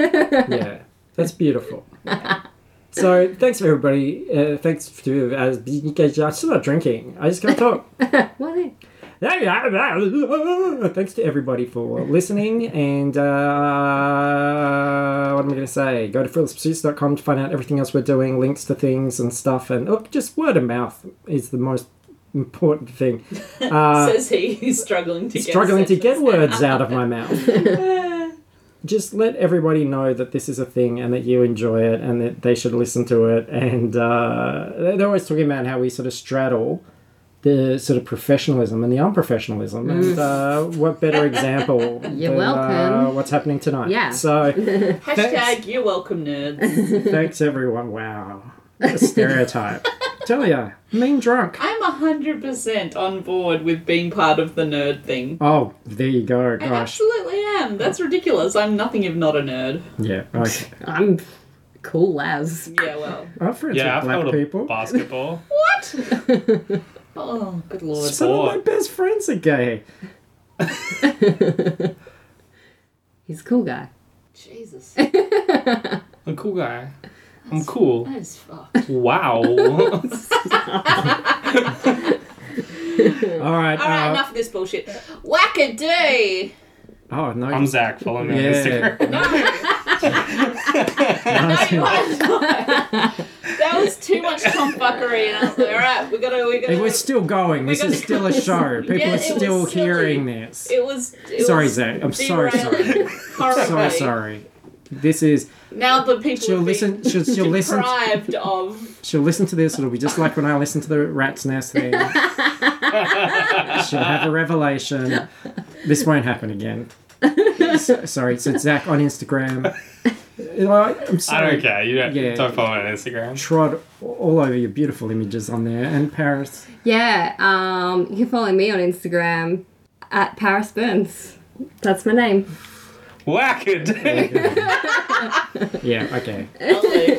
Speaker 2: yeah, that's beautiful. So thanks everybody. Uh, thanks to as I'm still not drinking. I just can't talk.
Speaker 5: What?
Speaker 2: Thanks to everybody for listening, and uh, what am I going to say? Go to frillesspursuits.com to find out everything else we're doing, links to things and stuff, and look, just word of mouth is the most important thing. Uh,
Speaker 3: Says he, he's struggling to get
Speaker 2: struggling to get
Speaker 3: sentences Uh,
Speaker 2: words out of my mouth. just let everybody know that this is a thing and that you enjoy it and that they should listen to it. And uh, they're always talking about how we sort of straddle the sort of professionalism and the unprofessionalism. And uh, what better example
Speaker 5: You're
Speaker 2: than Uh,
Speaker 5: welcome.
Speaker 2: what's happening tonight?
Speaker 5: Yeah.
Speaker 2: So
Speaker 3: Hashtag you're welcome, nerds.
Speaker 2: thanks, everyone. Wow. What a stereotype. Tell ya, mean drunk.
Speaker 3: I'm 100% on board with being part of the nerd thing.
Speaker 2: Oh, there you go.
Speaker 3: I
Speaker 2: Gosh.
Speaker 3: absolutely am. That's ridiculous. I'm nothing if not a nerd.
Speaker 2: Yeah. Okay.
Speaker 5: I'm cool as.
Speaker 3: Yeah, well.
Speaker 2: I'm friends
Speaker 4: Yeah, I've
Speaker 2: with black
Speaker 4: held a
Speaker 2: people.
Speaker 4: basketball.
Speaker 3: What? oh, good lord.
Speaker 2: Some of my
Speaker 4: Sport.
Speaker 2: best friends are gay.
Speaker 5: He's a cool guy.
Speaker 3: Jesus.
Speaker 4: I'm a cool guy. I'm cool.
Speaker 3: That is fuck.
Speaker 4: Wow.
Speaker 2: All right.
Speaker 3: All right,
Speaker 2: uh,
Speaker 3: enough of this bullshit. Whack-a-day!
Speaker 2: Oh no.
Speaker 4: I'm Zach. Follow me
Speaker 2: Yeah.
Speaker 4: on Instagram.
Speaker 3: That was too much tomfuckery, and I was like, all right, we gotta, we gotta.
Speaker 2: It was still going. This
Speaker 3: gonna-
Speaker 2: is still a show. People
Speaker 3: Yeah,
Speaker 2: are
Speaker 3: it was
Speaker 2: still
Speaker 3: silly.
Speaker 2: hearing this.
Speaker 3: It was. It
Speaker 2: sorry,
Speaker 3: was
Speaker 2: Zach. I'm so sorry.
Speaker 3: derailing horribly.
Speaker 2: So sorry. This is
Speaker 3: Now the people
Speaker 2: she'll
Speaker 3: have been
Speaker 2: listen. She'll, she'll listen.
Speaker 3: deprived of.
Speaker 2: She'll listen to this. It'll be just like when I listened to the rat's nest thing. she'll have a revelation. This won't happen again. So, sorry. So Zach on Instagram. Like, I'm
Speaker 4: I
Speaker 2: sorry.
Speaker 4: don't care. You don't,
Speaker 2: Yeah.
Speaker 4: don't follow me on Instagram.
Speaker 2: Trod all over your beautiful images on there and Paris.
Speaker 5: Yeah, um, you can follow me on Instagram at Paris Burns. That's my name.
Speaker 4: Whack it.
Speaker 2: Yeah. Okay.
Speaker 3: Lovely.